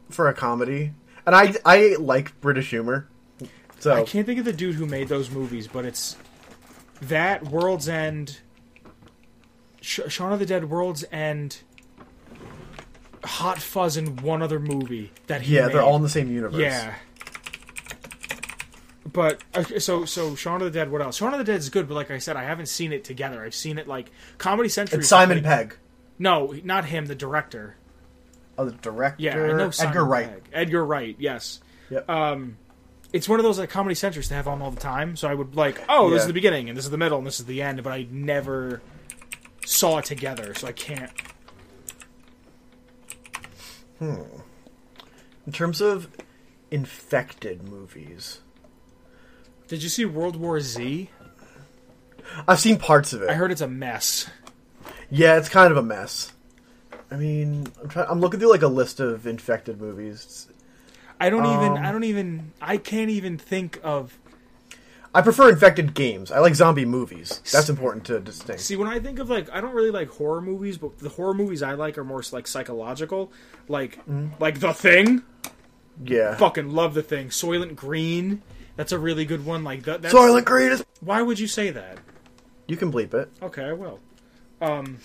S2: for a comedy, and I I like British humor. So
S1: I can't think of the dude who made those movies, but it's that World's End, Sh- Shaun of the Dead, World's End, Hot Fuzz, and one other movie that he
S2: yeah,
S1: made.
S2: they're all in the same universe.
S1: yeah. But okay, so so Shaun of the Dead. What else? Shaun of the Dead is good, but like I said, I haven't seen it together. I've seen it like Comedy Central.
S2: it's Simon Pegg,
S1: No, not him. The director.
S2: oh, the director.
S1: Yeah, I know Simon
S2: Edgar Wright.
S1: Pegg. Edgar Wright, yes.
S2: Yep.
S1: Um, it's one of those like comedy centers they have on all the time. So I would like, oh, this
S2: Yeah.
S1: is the beginning, and this is the middle, and this is the end. But I never saw it together, so I can't.
S2: In terms of infected movies,
S1: Did you see World War Z?
S2: I've seen parts of it.
S1: I heard it's a mess.
S2: yeah, it's kind of a mess. I mean, I'm trying. I'm looking through like a list of infected movies.
S1: I don't even.
S2: Um.
S1: I don't even. I can't even think of.
S2: I prefer infected games. I like zombie movies. That's important to distinct.
S1: See, when I think of like, I don't really like horror movies, but the horror movies I like are more like psychological, like
S2: Mm-hmm.
S1: like The Thing.
S2: Yeah.
S1: Fucking love The Thing. Soylent Green. That's a really good one. Like that. That's,
S2: Soylent Green is.
S1: Why would you say that?
S2: You can bleep it.
S1: Okay, I will. Um,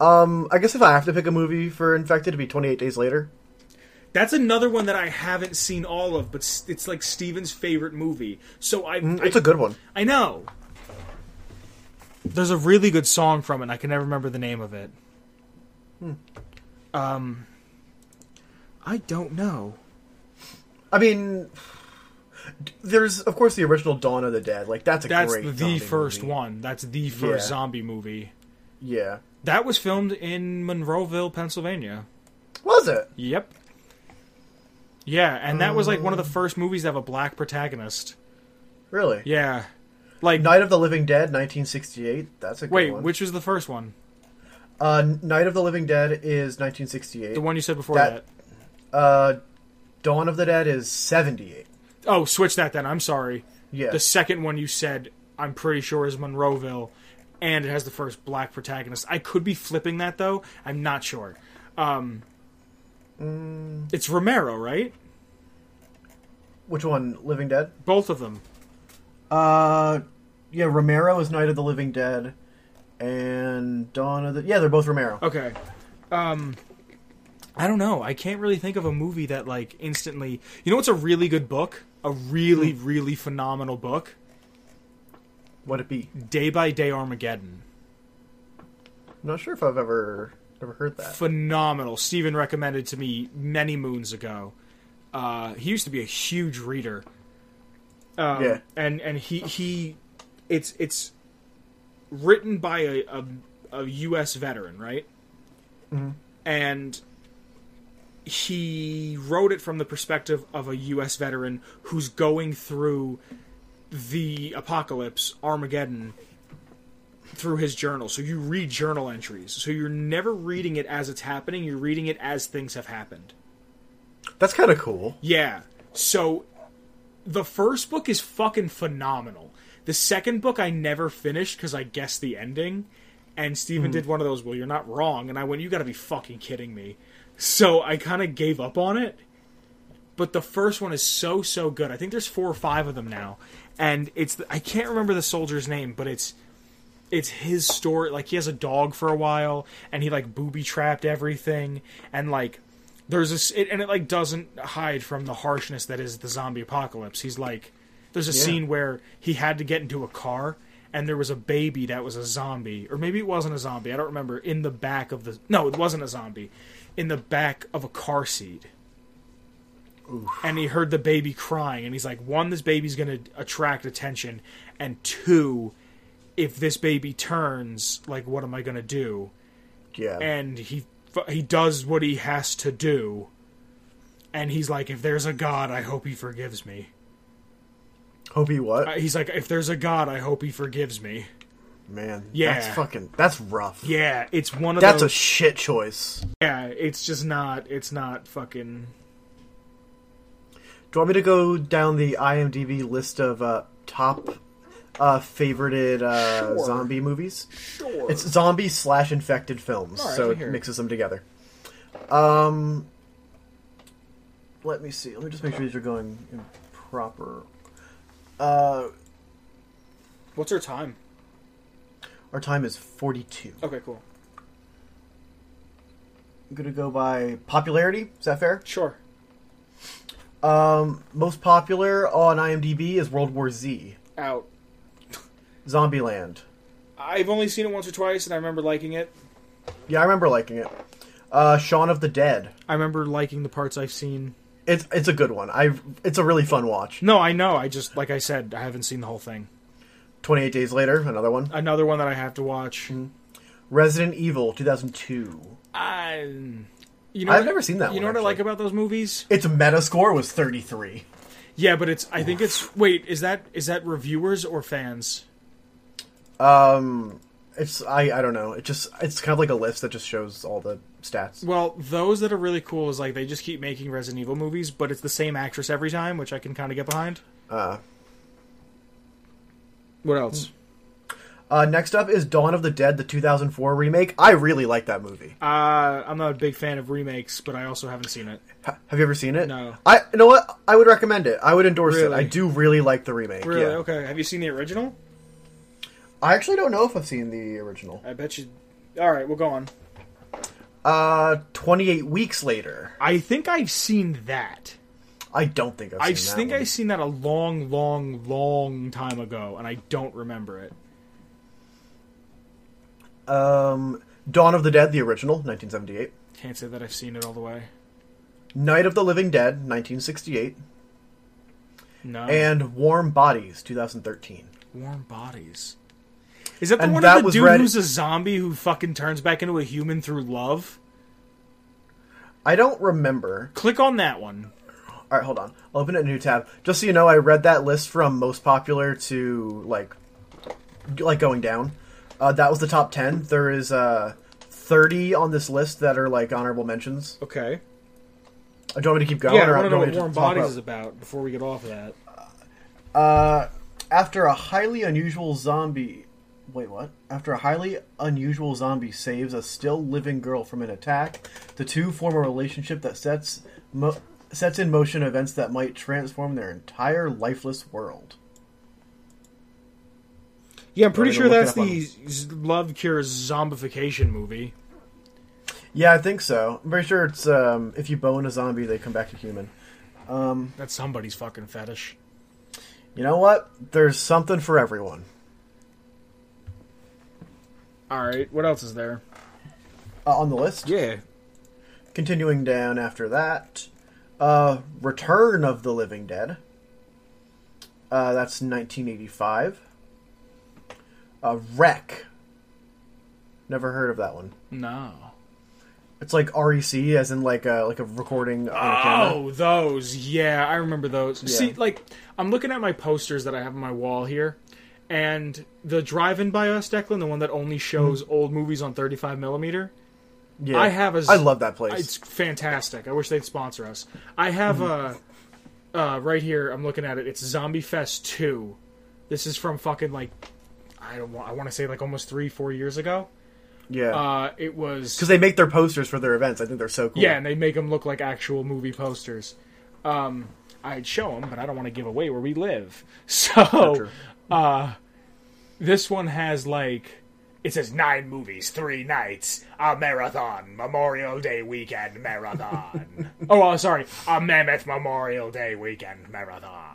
S2: Um, I guess if I have to pick a movie for infected, it'd be 28 Days Later.
S1: that's another one that I haven't seen all of, but s- it's like Steven's favorite movie. So I,
S2: It's
S1: Mm, I,
S2: a good one.
S1: I know. There's a really good song from it. and I can never remember the name of it. Um, Hmm. I don't know.
S2: I mean, there's of course the original Dawn of the Dead. Like that's a
S1: That's
S2: great
S1: the
S2: zombie
S1: first
S2: movie.
S1: one. That's the first
S2: Yeah.
S1: zombie movie.
S2: Yeah.
S1: That was filmed in Monroeville, Pennsylvania.
S2: Was it?
S1: Yep. Yeah, and that was like one of the first movies to have a black protagonist.
S2: Really?
S1: Yeah. Like
S2: Night of the Living Dead, 1968. That's a good
S1: wait,
S2: one.
S1: which was the first one?
S2: Uh, Night of the Living Dead is
S1: The
S2: 1968.
S1: one you said before that.
S2: That- Uh, Dawn of the Dead is 78.
S1: Oh, switch that then. I'm sorry.
S2: Yeah.
S1: The second one you said I'm pretty sure is Monroeville and it has the first black protagonist. I could be flipping that though. I'm not sure. Um
S2: Mm.
S1: It's Romero, right?
S2: Which one? Living Dead.
S1: Both of them.
S2: Uh, yeah. Romero is Night of the Living Dead, and Dawn of the yeah. They're both Romero.
S1: Okay. Um I don't know. I can't really think of a movie that like instantly. You know what's a really good book? A really
S2: Hmm.
S1: really phenomenal book?
S2: What it be?
S1: Day by Day Armageddon.
S2: I'm not sure if I've ever ever heard that.
S1: phenomenal. Steven recommended to me many moons ago. Uh, he used to be a huge reader. Um,
S2: Yeah.
S1: and and he he, it's it's written by a a, a U.S. veteran, right? And he wrote it from the perspective of a U.S. veteran who's going through the apocalypse, Armageddon, through his journal. So you read journal entries. So you're never reading it as it's happening, you're reading it as things have happened.
S2: That's kind of cool.
S1: Yeah. So the first book is fucking phenomenal. The second book I never finished because I guessed the ending. And Steven did one of those, well, you're not wrong. And I went, you gotta be fucking kidding me. So I kind of gave up on it. but the first one is so so good. I think there's four or five of them now, and it's the, I can't remember the soldier's name, but it's it's his story. Like he has a dog for a while, and he like booby trapped everything, and like there's this, it, and it like doesn't hide from the harshness that is the zombie apocalypse. He's like, there's a
S2: Yeah.
S1: scene where he had to get into a car. And there was a baby that was a zombie, or maybe it wasn't a zombie. I don't remember. In the back of the no, it wasn't a zombie. In the back of a car seat, and he heard the baby crying and he's like one this baby's going to attract attention and two if this baby turns like what am i going to do
S2: Yeah.
S1: and he f- he does what he has to do and he's like if there's a god i hope he forgives me
S2: Hope he what?
S1: Uh, he's like if there's a god i hope he forgives me
S2: Man.
S1: Yeah.
S2: That's fucking. That's rough.
S1: yeah it's one of
S2: That's a
S1: those
S2: shit choice.
S1: yeah it's just not it's not fucking
S2: Do you want me to go down the IMDb list of uh, top uh, favorited uh,
S1: Sure.
S2: zombie movies?
S1: sure
S2: It's zombie slash infected films,
S1: All right,
S2: so
S1: I
S2: it
S1: hear it.
S2: mixes them together. Um, let me see. Let me just make sure these are going in proper. Uh,
S1: what's her time
S2: our time is forty-two.
S1: okay cool
S2: I'm gonna go by popularity. Is that fair?
S1: sure
S2: Um, most popular on IMDb is World War Z,
S1: out
S2: Zombieland.
S1: i've only seen it once or twice and i remember liking it
S2: Yeah, I remember liking it. Uh, Shaun of the Dead.
S1: I remember liking the parts I've seen.
S2: It's it's a good one. I it's a really fun watch.
S1: No, I know. I just like I said, I haven't seen the whole thing.
S2: Twenty eight days later, another one.
S1: Another one that I have to watch.
S2: Resident Evil, two thousand two.
S1: I, you know,
S2: I've
S1: what-
S2: never seen that
S1: You
S2: one,
S1: know what I like
S2: actually.
S1: about those movies?
S2: Its meta score was thirty three.
S1: Yeah, but it's. I think it's. Wait, is that is that reviewers or fans?
S2: Um, it's I I don't know. It just it's kind of like a list that just shows all the stats.
S1: Well, those that are really cool is like they just keep making Resident Evil movies, but it's the same actress every time, which I can kind of get behind.
S2: Uh,
S1: What else?
S2: uh, next up is Dawn of the Dead, the two thousand four remake. I really like that movie.
S1: Uh, I'm not a big fan of remakes, but I also haven't seen it.
S2: Ha- Have you ever seen it?
S1: No.
S2: I you know what I would recommend it. I would endorse it.
S1: Really?
S2: I do really like the remake.
S1: Really?
S2: yeah.
S1: Okay. Have you seen the original?
S2: I actually don't know if I've seen the original.
S1: I bet you. All right, we'll go on.
S2: Uh, twenty eight weeks later.
S1: I think I've seen that.
S2: I don't think I've.
S1: I
S2: seen that
S1: think
S2: one.
S1: I seen that a long, long, long time ago, and I don't remember it.
S2: Um, Dawn of the Dead, the original, 1978.
S1: Can't say that I've seen it all the way.
S2: Night of the Living Dead, 1968.
S1: No.
S2: And Warm Bodies, 2013.
S1: Warm Bodies. Is that the
S2: And
S1: one
S2: that
S1: of the
S2: was
S1: dude
S2: read-
S1: who's a zombie who fucking turns back into a human through love?
S2: I don't remember.
S1: Click on that one.
S2: All right, hold on. I'll open a new tab. Just so you know, I read that list from most popular to like, like going down. Uh, that was the top 10. There is uh, 30 on this list that are like honorable mentions.
S1: Okay.
S2: Uh, Do you want me to keep going?
S1: Yeah, I
S2: or
S1: want to know
S2: do you
S1: what
S2: me to
S1: Warm
S2: talk
S1: Bodies
S2: about-
S1: is about before we get off of that.
S2: Uh, after a highly unusual zombie. Wait, what? After a highly unusual zombie saves a still living girl from an attack, the two form a relationship that sets mo- sets in motion events that might transform their entire lifeless world.
S1: Yeah, I'm pretty
S2: me to
S1: sure
S2: look it
S1: that's
S2: up on-
S1: the z- Love Cures Zombification movie.
S2: Yeah, I think so. I'm pretty sure it's um, if you bone a zombie, they come back to human.
S1: That's somebody's fucking fetish.
S2: You know what? There's something for everyone.
S1: All right, what else is there?
S2: Uh, on the list,
S1: Yeah.
S2: continuing down after that, uh, Return of the Living Dead. Uh, that's 1985. Uh, Wreck. Never heard of that one.
S1: No.
S2: It's like REC, as in like a like a recording on a camera.
S1: Oh, those. Yeah, I remember those. See,
S2: Yeah.
S1: like, I'm looking at my posters that I have on my wall here, and the drive-in by us, Declan, the one that only shows
S2: Mm-hmm.
S1: old movies on 35 millimeter.
S2: Yeah,
S1: I have a z-
S2: I love that
S1: It's
S2: place.
S1: fantastic. I wish they'd sponsor us. I have uh
S2: Mm-hmm.
S1: uh, right here. I'm looking at it. It's Zombie Fest Two. This is from fucking like, I don't. wa- I want to say like almost three, four years ago.
S2: yeah,
S1: Uh, it was
S2: because they make their posters for their events. I think they're so cool.
S1: Yeah, and they make them look like actual movie posters. Um, I'd show them, but I don't want to give away where we live. (laughs) So, uh, this one has like it says nine movies, three nights, a marathon, Memorial Day weekend
S2: (laughs)
S1: marathon. oh, uh, sorry, a mammoth Memorial Day weekend marathon.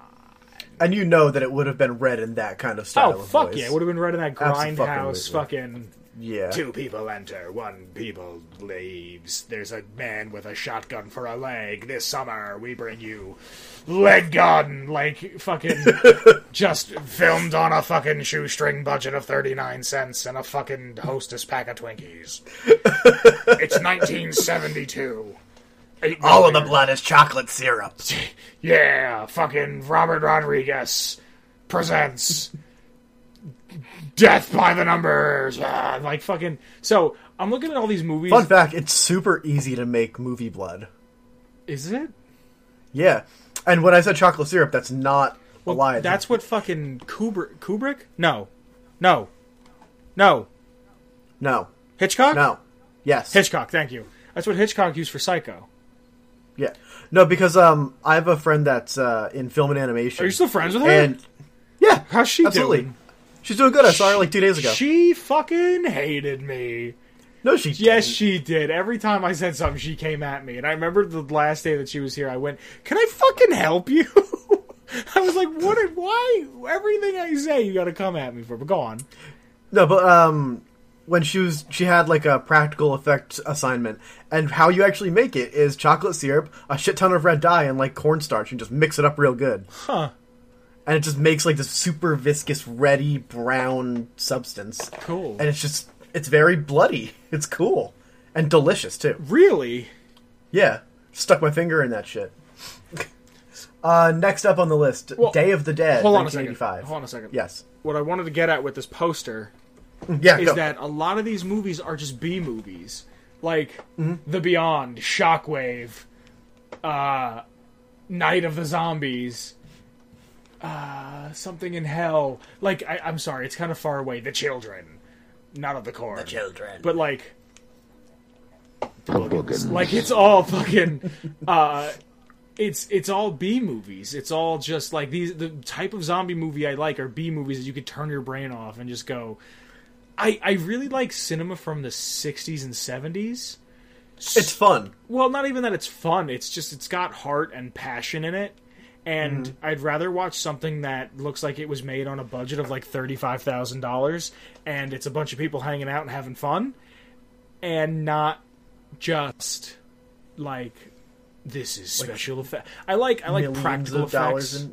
S2: And you know that it would have been read in that kind of style.
S1: Oh,
S2: of
S1: fuck
S2: voice.
S1: yeah, it would have been right in that
S2: Absolutely.
S1: grindhouse fucking.
S2: yeah.
S1: Two people enter, one people leaves. There's a man with a shotgun for a leg. This summer, we bring you leg gun, like
S2: (laughs)
S1: fucking just filmed on a fucking shoestring budget of 39 cents and a fucking hostess pack of
S2: (laughs)
S1: Twinkies. it's 1972. Eight
S2: All of the
S1: millimeter.
S2: blood is chocolate syrup.
S1: Yeah, fucking Robert Rodriguez presents Death by the Numbers. Ah, like fucking. So I'm looking at all these movies.
S2: Fun fact: It's super easy to make movie blood.
S1: Is it?
S2: Yeah, and when I said chocolate syrup, that's not a lie.
S1: That's what fucking Kubrick. Kubrick? No, no, no.
S2: no,
S1: Hitchcock?
S2: no, yes,
S1: Hitchcock. Thank you. That's what Hitchcock used for Psycho.
S2: yeah, no. Because um, I have a friend that's uh, in film and animation.
S1: Are you still friends with her?
S2: and yeah,
S1: How's she
S2: absolutely.
S1: doing?
S2: She's doing good. I saw her like two days ago.
S1: She fucking hated me.
S2: no, she.
S1: Yes,
S2: didn't.
S1: she did. Every time I said something, she came at me. And I remember the last day that she was here, I went, Can I fucking help you? (laughs) I was like, What? are- Why? Everything I say, you gotta come at me for. But go on.
S2: No, but um, when she was, she had like a practical effect assignment, and how you actually make it is chocolate syrup, a shit ton of red dye, and like cornstarch, and just mix it up real good,
S1: Huh.
S2: and it just makes like this super viscous, reddy brown substance,
S1: Cool.
S2: and it's just it's very bloody. (laughs) It's cool and delicious too.
S1: really?
S2: Yeah, stuck my finger in that shit. (laughs) Uh, next up on the list, Day of the Dead,
S1: Hold on a second.
S2: 1985.
S1: Hold on a second.
S2: Yes, Mm,
S1: What I wanted to get at with this poster
S2: yeah,
S1: is
S2: go.
S1: that a lot of these movies are just B movies, like The Beyond, Shockwave, uh, Night of the Zombies, uh, something in Hell. Like I, I'm sorry, it's kind of far away. The Children, not of the corn. The
S2: children.
S1: but like. Like it's all fucking, uh, it's it's all B movies. It's all just like these the type of zombie movie I like are B movies that you could turn your brain off and just go, I, I really like cinema from the 60s and 70s.
S2: it's fun.
S1: Well, not even that it's fun, it's just it's got heart and passion in it. And
S2: Mm-hmm.
S1: I'd rather watch something that looks like it was made on a budget of like $35,000 and it's a bunch of people hanging out and having fun and not just like this is special effect. I like I like
S2: Millions
S1: practical
S2: of dollars
S1: effects.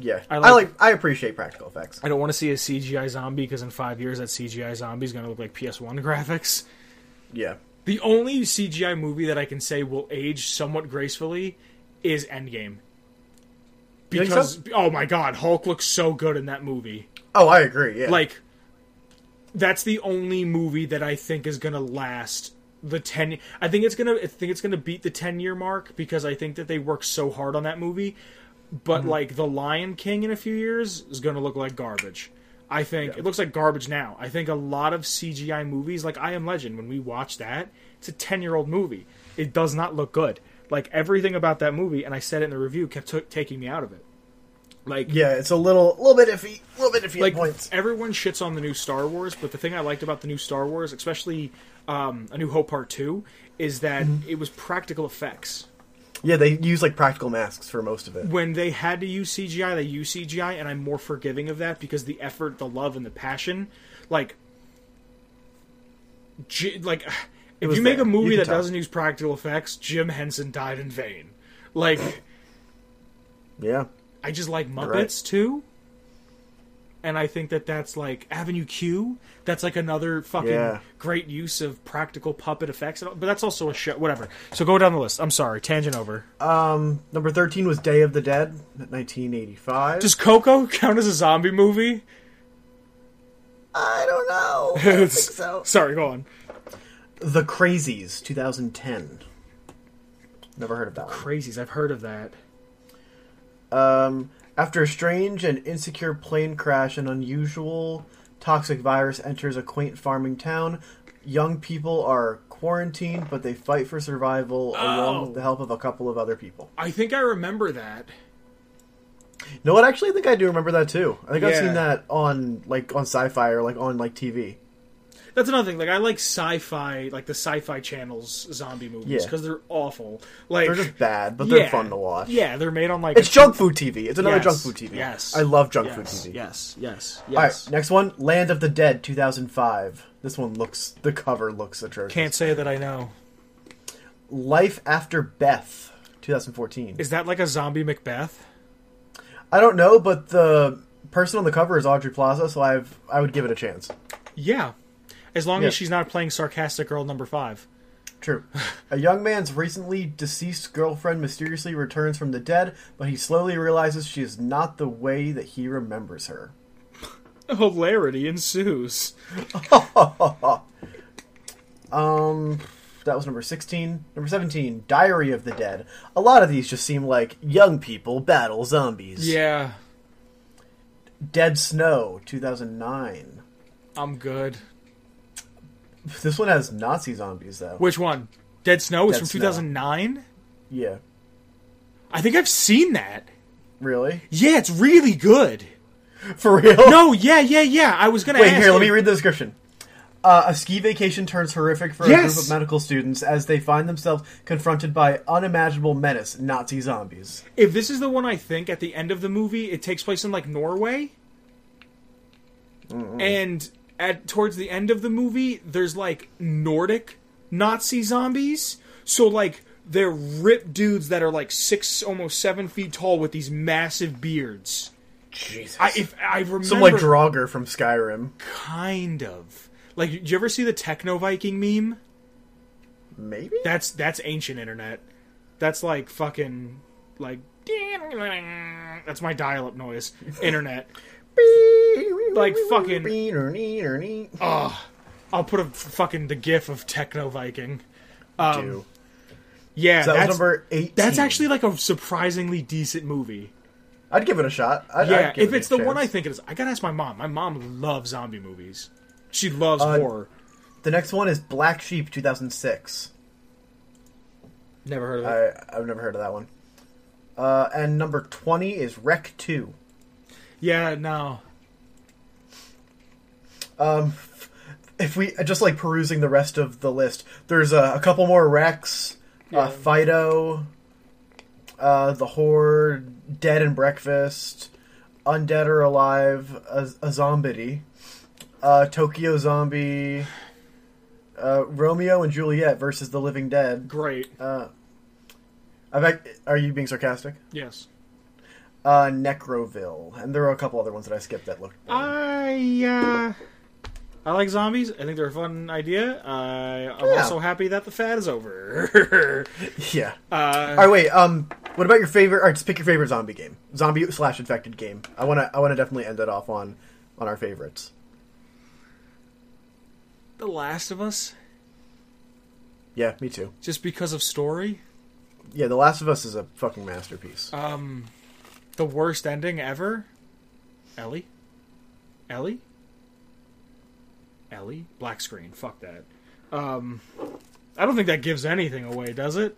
S2: in- yeah, I
S1: I
S2: like, I
S1: like-
S2: appreciate practical effects.
S1: I don't want to see a CGI zombie because in 5 years that CGI zombie is going to look like PS1 graphics.
S2: Yeah,
S1: The only CGI movie that I can say will age somewhat gracefully is Endgame.
S2: You think
S1: Because
S2: so?
S1: oh my god, Hulk looks so good in that movie.
S2: Oh, I agree. Yeah,
S1: Like that's the only movie that I think is going to last the 10 I think it's going to I think it's going to beat the 10 year mark because I think that they worked so hard on that movie. But like The Lion King in a few years is going to look like garbage. I think it looks like garbage now. I think a lot of CGI movies like I Am Legend when we watch that, it's a 10-year-old movie. It does not look good. Like everything about that movie and I said it in the review kept t- taking me out of it. Like
S2: yeah, it's a little, little bit iffy, little bit iffy
S1: like
S2: at points.
S1: everyone shits on the new Star Wars, but the thing I liked about the new Star Wars, especially um, A New Hope Part Two, is that
S2: Mhm.
S1: it was practical effects.
S2: Yeah, they use like practical masks for most of it.
S1: When they had to use CGI, they used CGI, and I'm more forgiving of that because the effort, the love, and the passion, like, J- like if
S2: was
S1: you make
S2: there.
S1: a movie
S2: You could
S1: that
S2: tell.
S1: doesn't use practical effects, Jim Henson died in vain. Like.
S2: Yeah,
S1: I just like Muppets
S2: right.
S1: too. And I think that that's like Avenue Q. That's like another fucking
S2: Yeah.
S1: great use of practical puppet effects. and all- But that's also a show. Whatever. So go down the list. I'm sorry. Tangent over.
S2: number thirteen was Day of the Dead, nineteen eighty-five.
S1: Does Coco count as a zombie movie?
S2: I
S1: (laughs)
S2: don't know. I don't think so.
S1: Sorry, go on.
S2: The Crazies, two thousand ten. Never heard of that. One.
S1: Crazies. I've heard of that.
S2: Um, after a strange and insecure plane crash, an unusual toxic virus enters a quaint farming town. young people are quarantined, but they fight for survival along
S1: Oh.
S2: with the help of a couple of other people.
S1: I think I remember that.
S2: No, what? Actually, I think I do remember that too. I think I've
S1: Yeah.
S2: seen that on like on Sci-Fi or like on like TV.
S1: That's another thing. Like I like sci-fi, like the sci-fi channels zombie movies
S2: Yeah.
S1: because they're awful. Like
S2: They're just bad, but they're
S1: yeah.
S2: fun to watch.
S1: Yeah, they're made on like
S2: It's junk food TV. It's another
S1: Yes.
S2: junk food TV.
S1: Yes.
S2: I love junk food
S1: yes,
S2: TV.
S1: yes, yes,
S2: All right,
S1: yes.
S2: next one, Land of the Dead, 2005. This one looks the cover looks atrocious.
S1: Can't say that I know.
S2: Life After Beth, 2014.
S1: Is that like a zombie Macbeth?
S2: I don't know, but the person on the cover is Audrey Plaza, so I've I would give it a chance.
S1: Yeah, as long
S2: Yeah.
S1: as she's not playing sarcastic girl number five.
S2: True. a young man's recently deceased girlfriend mysteriously returns from the dead, but he slowly realizes she is not the way that he remembers her.
S1: Hilarity ensues.
S2: Um, that was number 16. Number 17, Diary of the Dead. A lot of these just seem like young people battle zombies.
S1: Yeah,
S2: Dead Snow, 2009.
S1: I'm good.
S2: (laughs) This one has Nazi zombies, though.
S1: Which one? Dead Snow is
S2: Dead
S1: from
S2: Snow.
S1: 2009.
S2: Yeah.
S1: I think I've seen that.
S2: Really? (laughs)
S1: Yeah, it's really good.
S2: For real?
S1: No, yeah, yeah, yeah. I was gonna
S2: Wait,
S1: ask
S2: here, let
S1: if-
S2: me read the description. Uh, a ski vacation turns horrific for a
S1: Yes!
S2: group of medical students as they find themselves confronted by unimaginable menace, Nazi zombies.
S1: If this is the one I think at the end of the movie, it takes place in like Norway. And at towards the end of the movie, there's like Nordic Nazi zombies. So like they're ripped dudes that are like six, almost seven feet tall with these massive beards.
S2: Jesus.
S1: I if I remember,
S2: Some, like, Draugr from Skyrim.
S1: kind of like. Did you ever see the Techno Viking meme?
S2: Maybe?
S1: That's that's ancient internet. That's like fucking like. That's my dial-up noise. Internet. Like, fucking-
S2: Oh,
S1: I'll put a f- fucking the gif of Techno Viking.
S2: Dude.
S1: Yeah,
S2: That was
S1: that's,
S2: number eight.
S1: that's actually like a surprisingly decent movie.
S2: I'd give it a shot. I'd,
S1: Yeah,
S2: I'd give
S1: if
S2: it
S1: it's
S2: a
S1: the
S2: chance.
S1: one I think it is, I gotta ask my mom. My mom loves zombie movies. She loves
S2: Uh,
S1: horror.
S2: The next one is Black Sheep 2006.
S1: Never heard of it.
S2: I, I've never heard of that one. Uh, and number 20 is Wreck 2.
S1: yeah, no.
S2: Um, if we just like perusing the rest of the list, there's uh, a couple more Rex, uh,
S1: Yeah.
S2: Fido, uh, the Horde, Dead and Breakfast, Undead or Alive, a, a Zombity, uh, Tokyo Zombie, uh, Romeo and Juliet versus the Living Dead.
S1: Great.
S2: Uh, I've, ac- are you being sarcastic?
S1: Yes.
S2: Uh, Necroville, and there were a couple other ones that I skipped that looked. boring.
S1: Uh, I uh, I like zombies. I think they're a fun idea. Uh, I'm
S2: Yeah.
S1: also happy that the fad is over.
S2: (laughs)
S1: (laughs)
S2: yeah.
S1: uh,
S2: All right, wait. Um, what about your favorite? All right, just pick your favorite zombie game, zombie slash infected game. I wanna, I wanna definitely end it off on, on our favorites.
S1: The Last of Us,
S2: Yeah, me too.
S1: just because of story.
S2: Yeah, The Last of Us is a fucking masterpiece.
S1: Um, the worst ending ever. Ellie, Ellie, Ellie. Black screen. Fuck that. Um, I don't think that gives anything away, does it?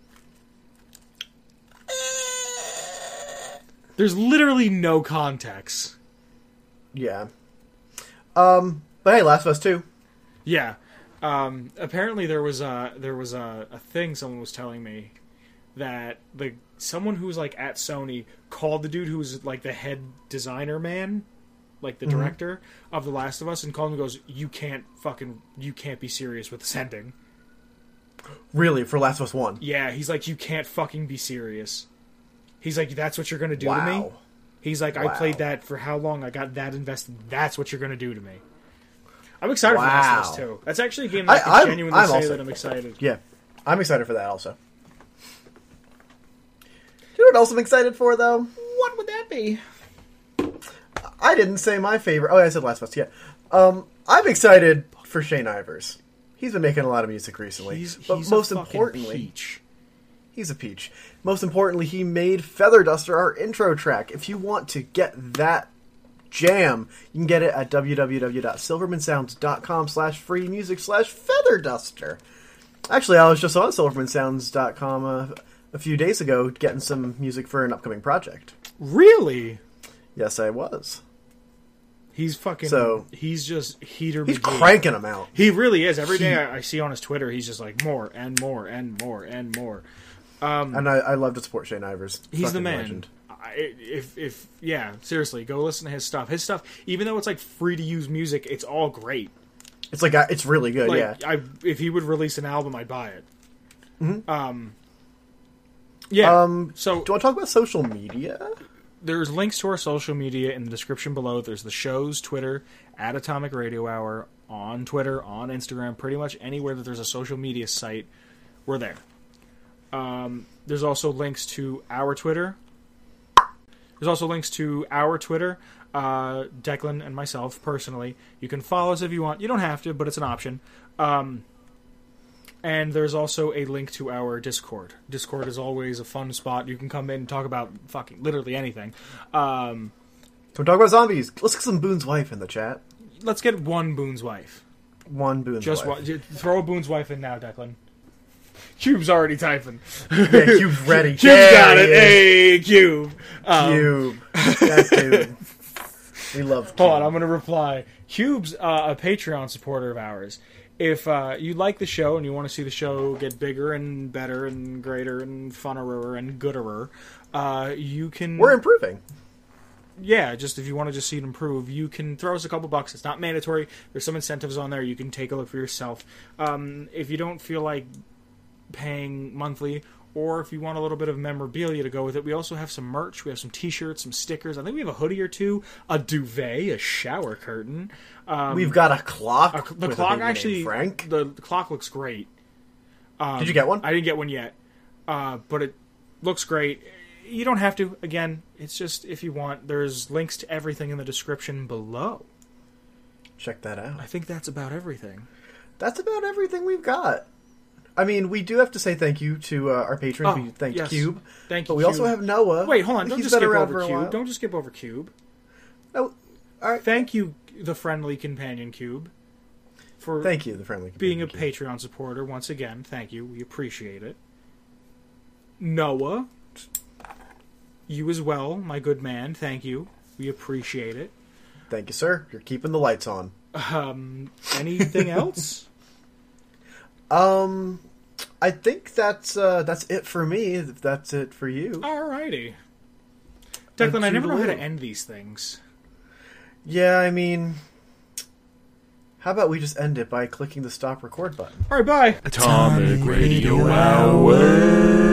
S1: There's literally no context.
S2: Yeah. Um, but hey, Last of Us two.
S1: Yeah. Um, apparently there was a there was a, a thing someone was telling me that the someone who was like at Sony called the dude who was like the head designer man, like the director of The Last of Us, and called him and goes, "You can't fucking you can't be serious with this ending."
S2: Really, for Last of Us one.
S1: Yeah, he's like, "You can't fucking be serious." He's like, "That's what you're gonna do to me."
S2: Wow.
S1: He's like,
S2: Wow.
S1: "I played that for how long? I got that invested. That's what you're gonna do to me." I'm excited for Last of Us
S2: Wow.
S1: too. That's actually a game that I, can
S2: I- I'm-
S1: genuinely
S2: I'm
S1: say
S2: also-
S1: that I'm excited.
S2: Yeah, I'm excited for that also. You know what else I'm excited for though?
S1: What would that be?
S2: I didn't say my favorite. Oh, I said Last of Us. Yeah. Um, I'm excited for Shane Ivers. He's been making a lot of music recently, but most importantly, he's a peach. Most importantly, he made Feather Duster our intro track. If you want to get that jam. You can get it at www.silvermansounds.com slash free music slash feather duster. Actually, I was just on silvermansounds.com a, uh, a few days ago getting some music for an upcoming project.
S1: Really?
S2: Yes, I was.
S1: He's fucking.
S2: So-
S1: he's just heater.
S2: He's
S1: McGee.
S2: cranking them out.
S1: He really is. Every day I, I see on his Twitter, he's just like more and more and more and more.
S2: And I, I love to support Shane Ivers.
S1: He's the
S2: Fucking
S1: man.
S2: legend.
S1: I, if if yeah, seriously, go listen to his stuff. His stuff, even though it's like free to use music, it's all great.
S2: It's like, I- it's really good,
S1: Like
S2: yeah.
S1: I, if he would release an album, I'd buy it. Um, yeah.
S2: Mm-hmm. Um,
S1: so
S2: Do you want to talk about social media?
S1: there's links to our social media in the description below. There's the show's Twitter at Atomic Radio Hour on Twitter, on Instagram, pretty much anywhere that there's a social media site, we're there. Um, there's also links to our Twitter. There's also links to our Twitter, uh, Declan and myself personally. You can follow us if you want. You don't have to, but it's an option. And there's also a link to our Discord. Discord is always a fun spot. You can come in and talk about fucking literally anything. Um,
S2: Can we talk about zombies? Let's get some Boone's wife in the chat.
S1: let's get one Boone's wife.
S2: One Boone's
S1: Just
S2: wife.
S1: one, ju- throw a Boone's wife in now, Declan. (laughs) Cube's already typing.
S2: Yeah, Cube's
S1: (laughs)
S2: ready.
S1: Cube
S2: Yeah,
S1: got it.
S2: yeah.
S1: Hey, Cube. Um,
S2: Cube. That
S1: (laughs)
S2: dude. We love Cube.
S1: Hold on, I'm going to reply. Cube's uh, a Patreon supporter of ours. If uh, you like the show and you want to see the show get bigger and better and greater and funnerer and gooderer, uh, you can.
S2: We're improving.
S1: yeah, just if you want to just see it improve, you can throw us a couple bucks. It's not mandatory. There's some incentives on there. You can take a look for yourself. Um, if you don't feel like paying monthly, or if you want a little bit of memorabilia to go with it, we also have some merch. We have some T-shirts, some stickers. I think we have a hoodie or two, a duvet, a shower curtain. Um,
S2: We've got a clock.
S1: the
S2: with a
S1: clock
S2: baby named
S1: actually.
S2: Frank.
S1: The, the clock looks great.
S2: Did you get one?
S1: I didn't get one yet, uh, but it looks great. You don't have to. Again, it's just if you want. There's links to everything in the description below.
S2: Check that
S1: I
S2: out.
S1: think that's about everything.
S2: That's about everything we've got. I mean, we do have to say thank you to uh, our patrons.
S1: Oh,
S2: we thank
S1: yes.
S2: Cube.
S1: Thank
S2: But
S1: you,
S2: we also
S1: Cube.
S2: have Noah.
S1: Wait, hold on. Don't
S2: He's
S1: just
S2: been
S1: skip
S2: around
S1: over
S2: for a while.
S1: Cube. Don't just skip over Cube.
S2: Oh, all right.
S1: Thank you, the friendly companion Cube, for
S2: Thank you, the friendly.
S1: being a
S2: companion, Cube.
S1: Patreon supporter once again. Thank you. We appreciate it. Noah, you as well, my good man. Thank you. We appreciate it.
S2: Thank you, sir. You're keeping the lights on.
S1: Um,
S2: (laughs)
S1: anything else?
S2: Um, I think that's uh, that's it for me. If That's it for you.
S1: Alrighty. Declan, I
S2: Cube
S1: never know how to
S2: alone.
S1: end these things.
S2: Yeah, I mean, how about we just end it by clicking the stop record button?
S1: Alright, bye.
S3: Atomic Radio Hour.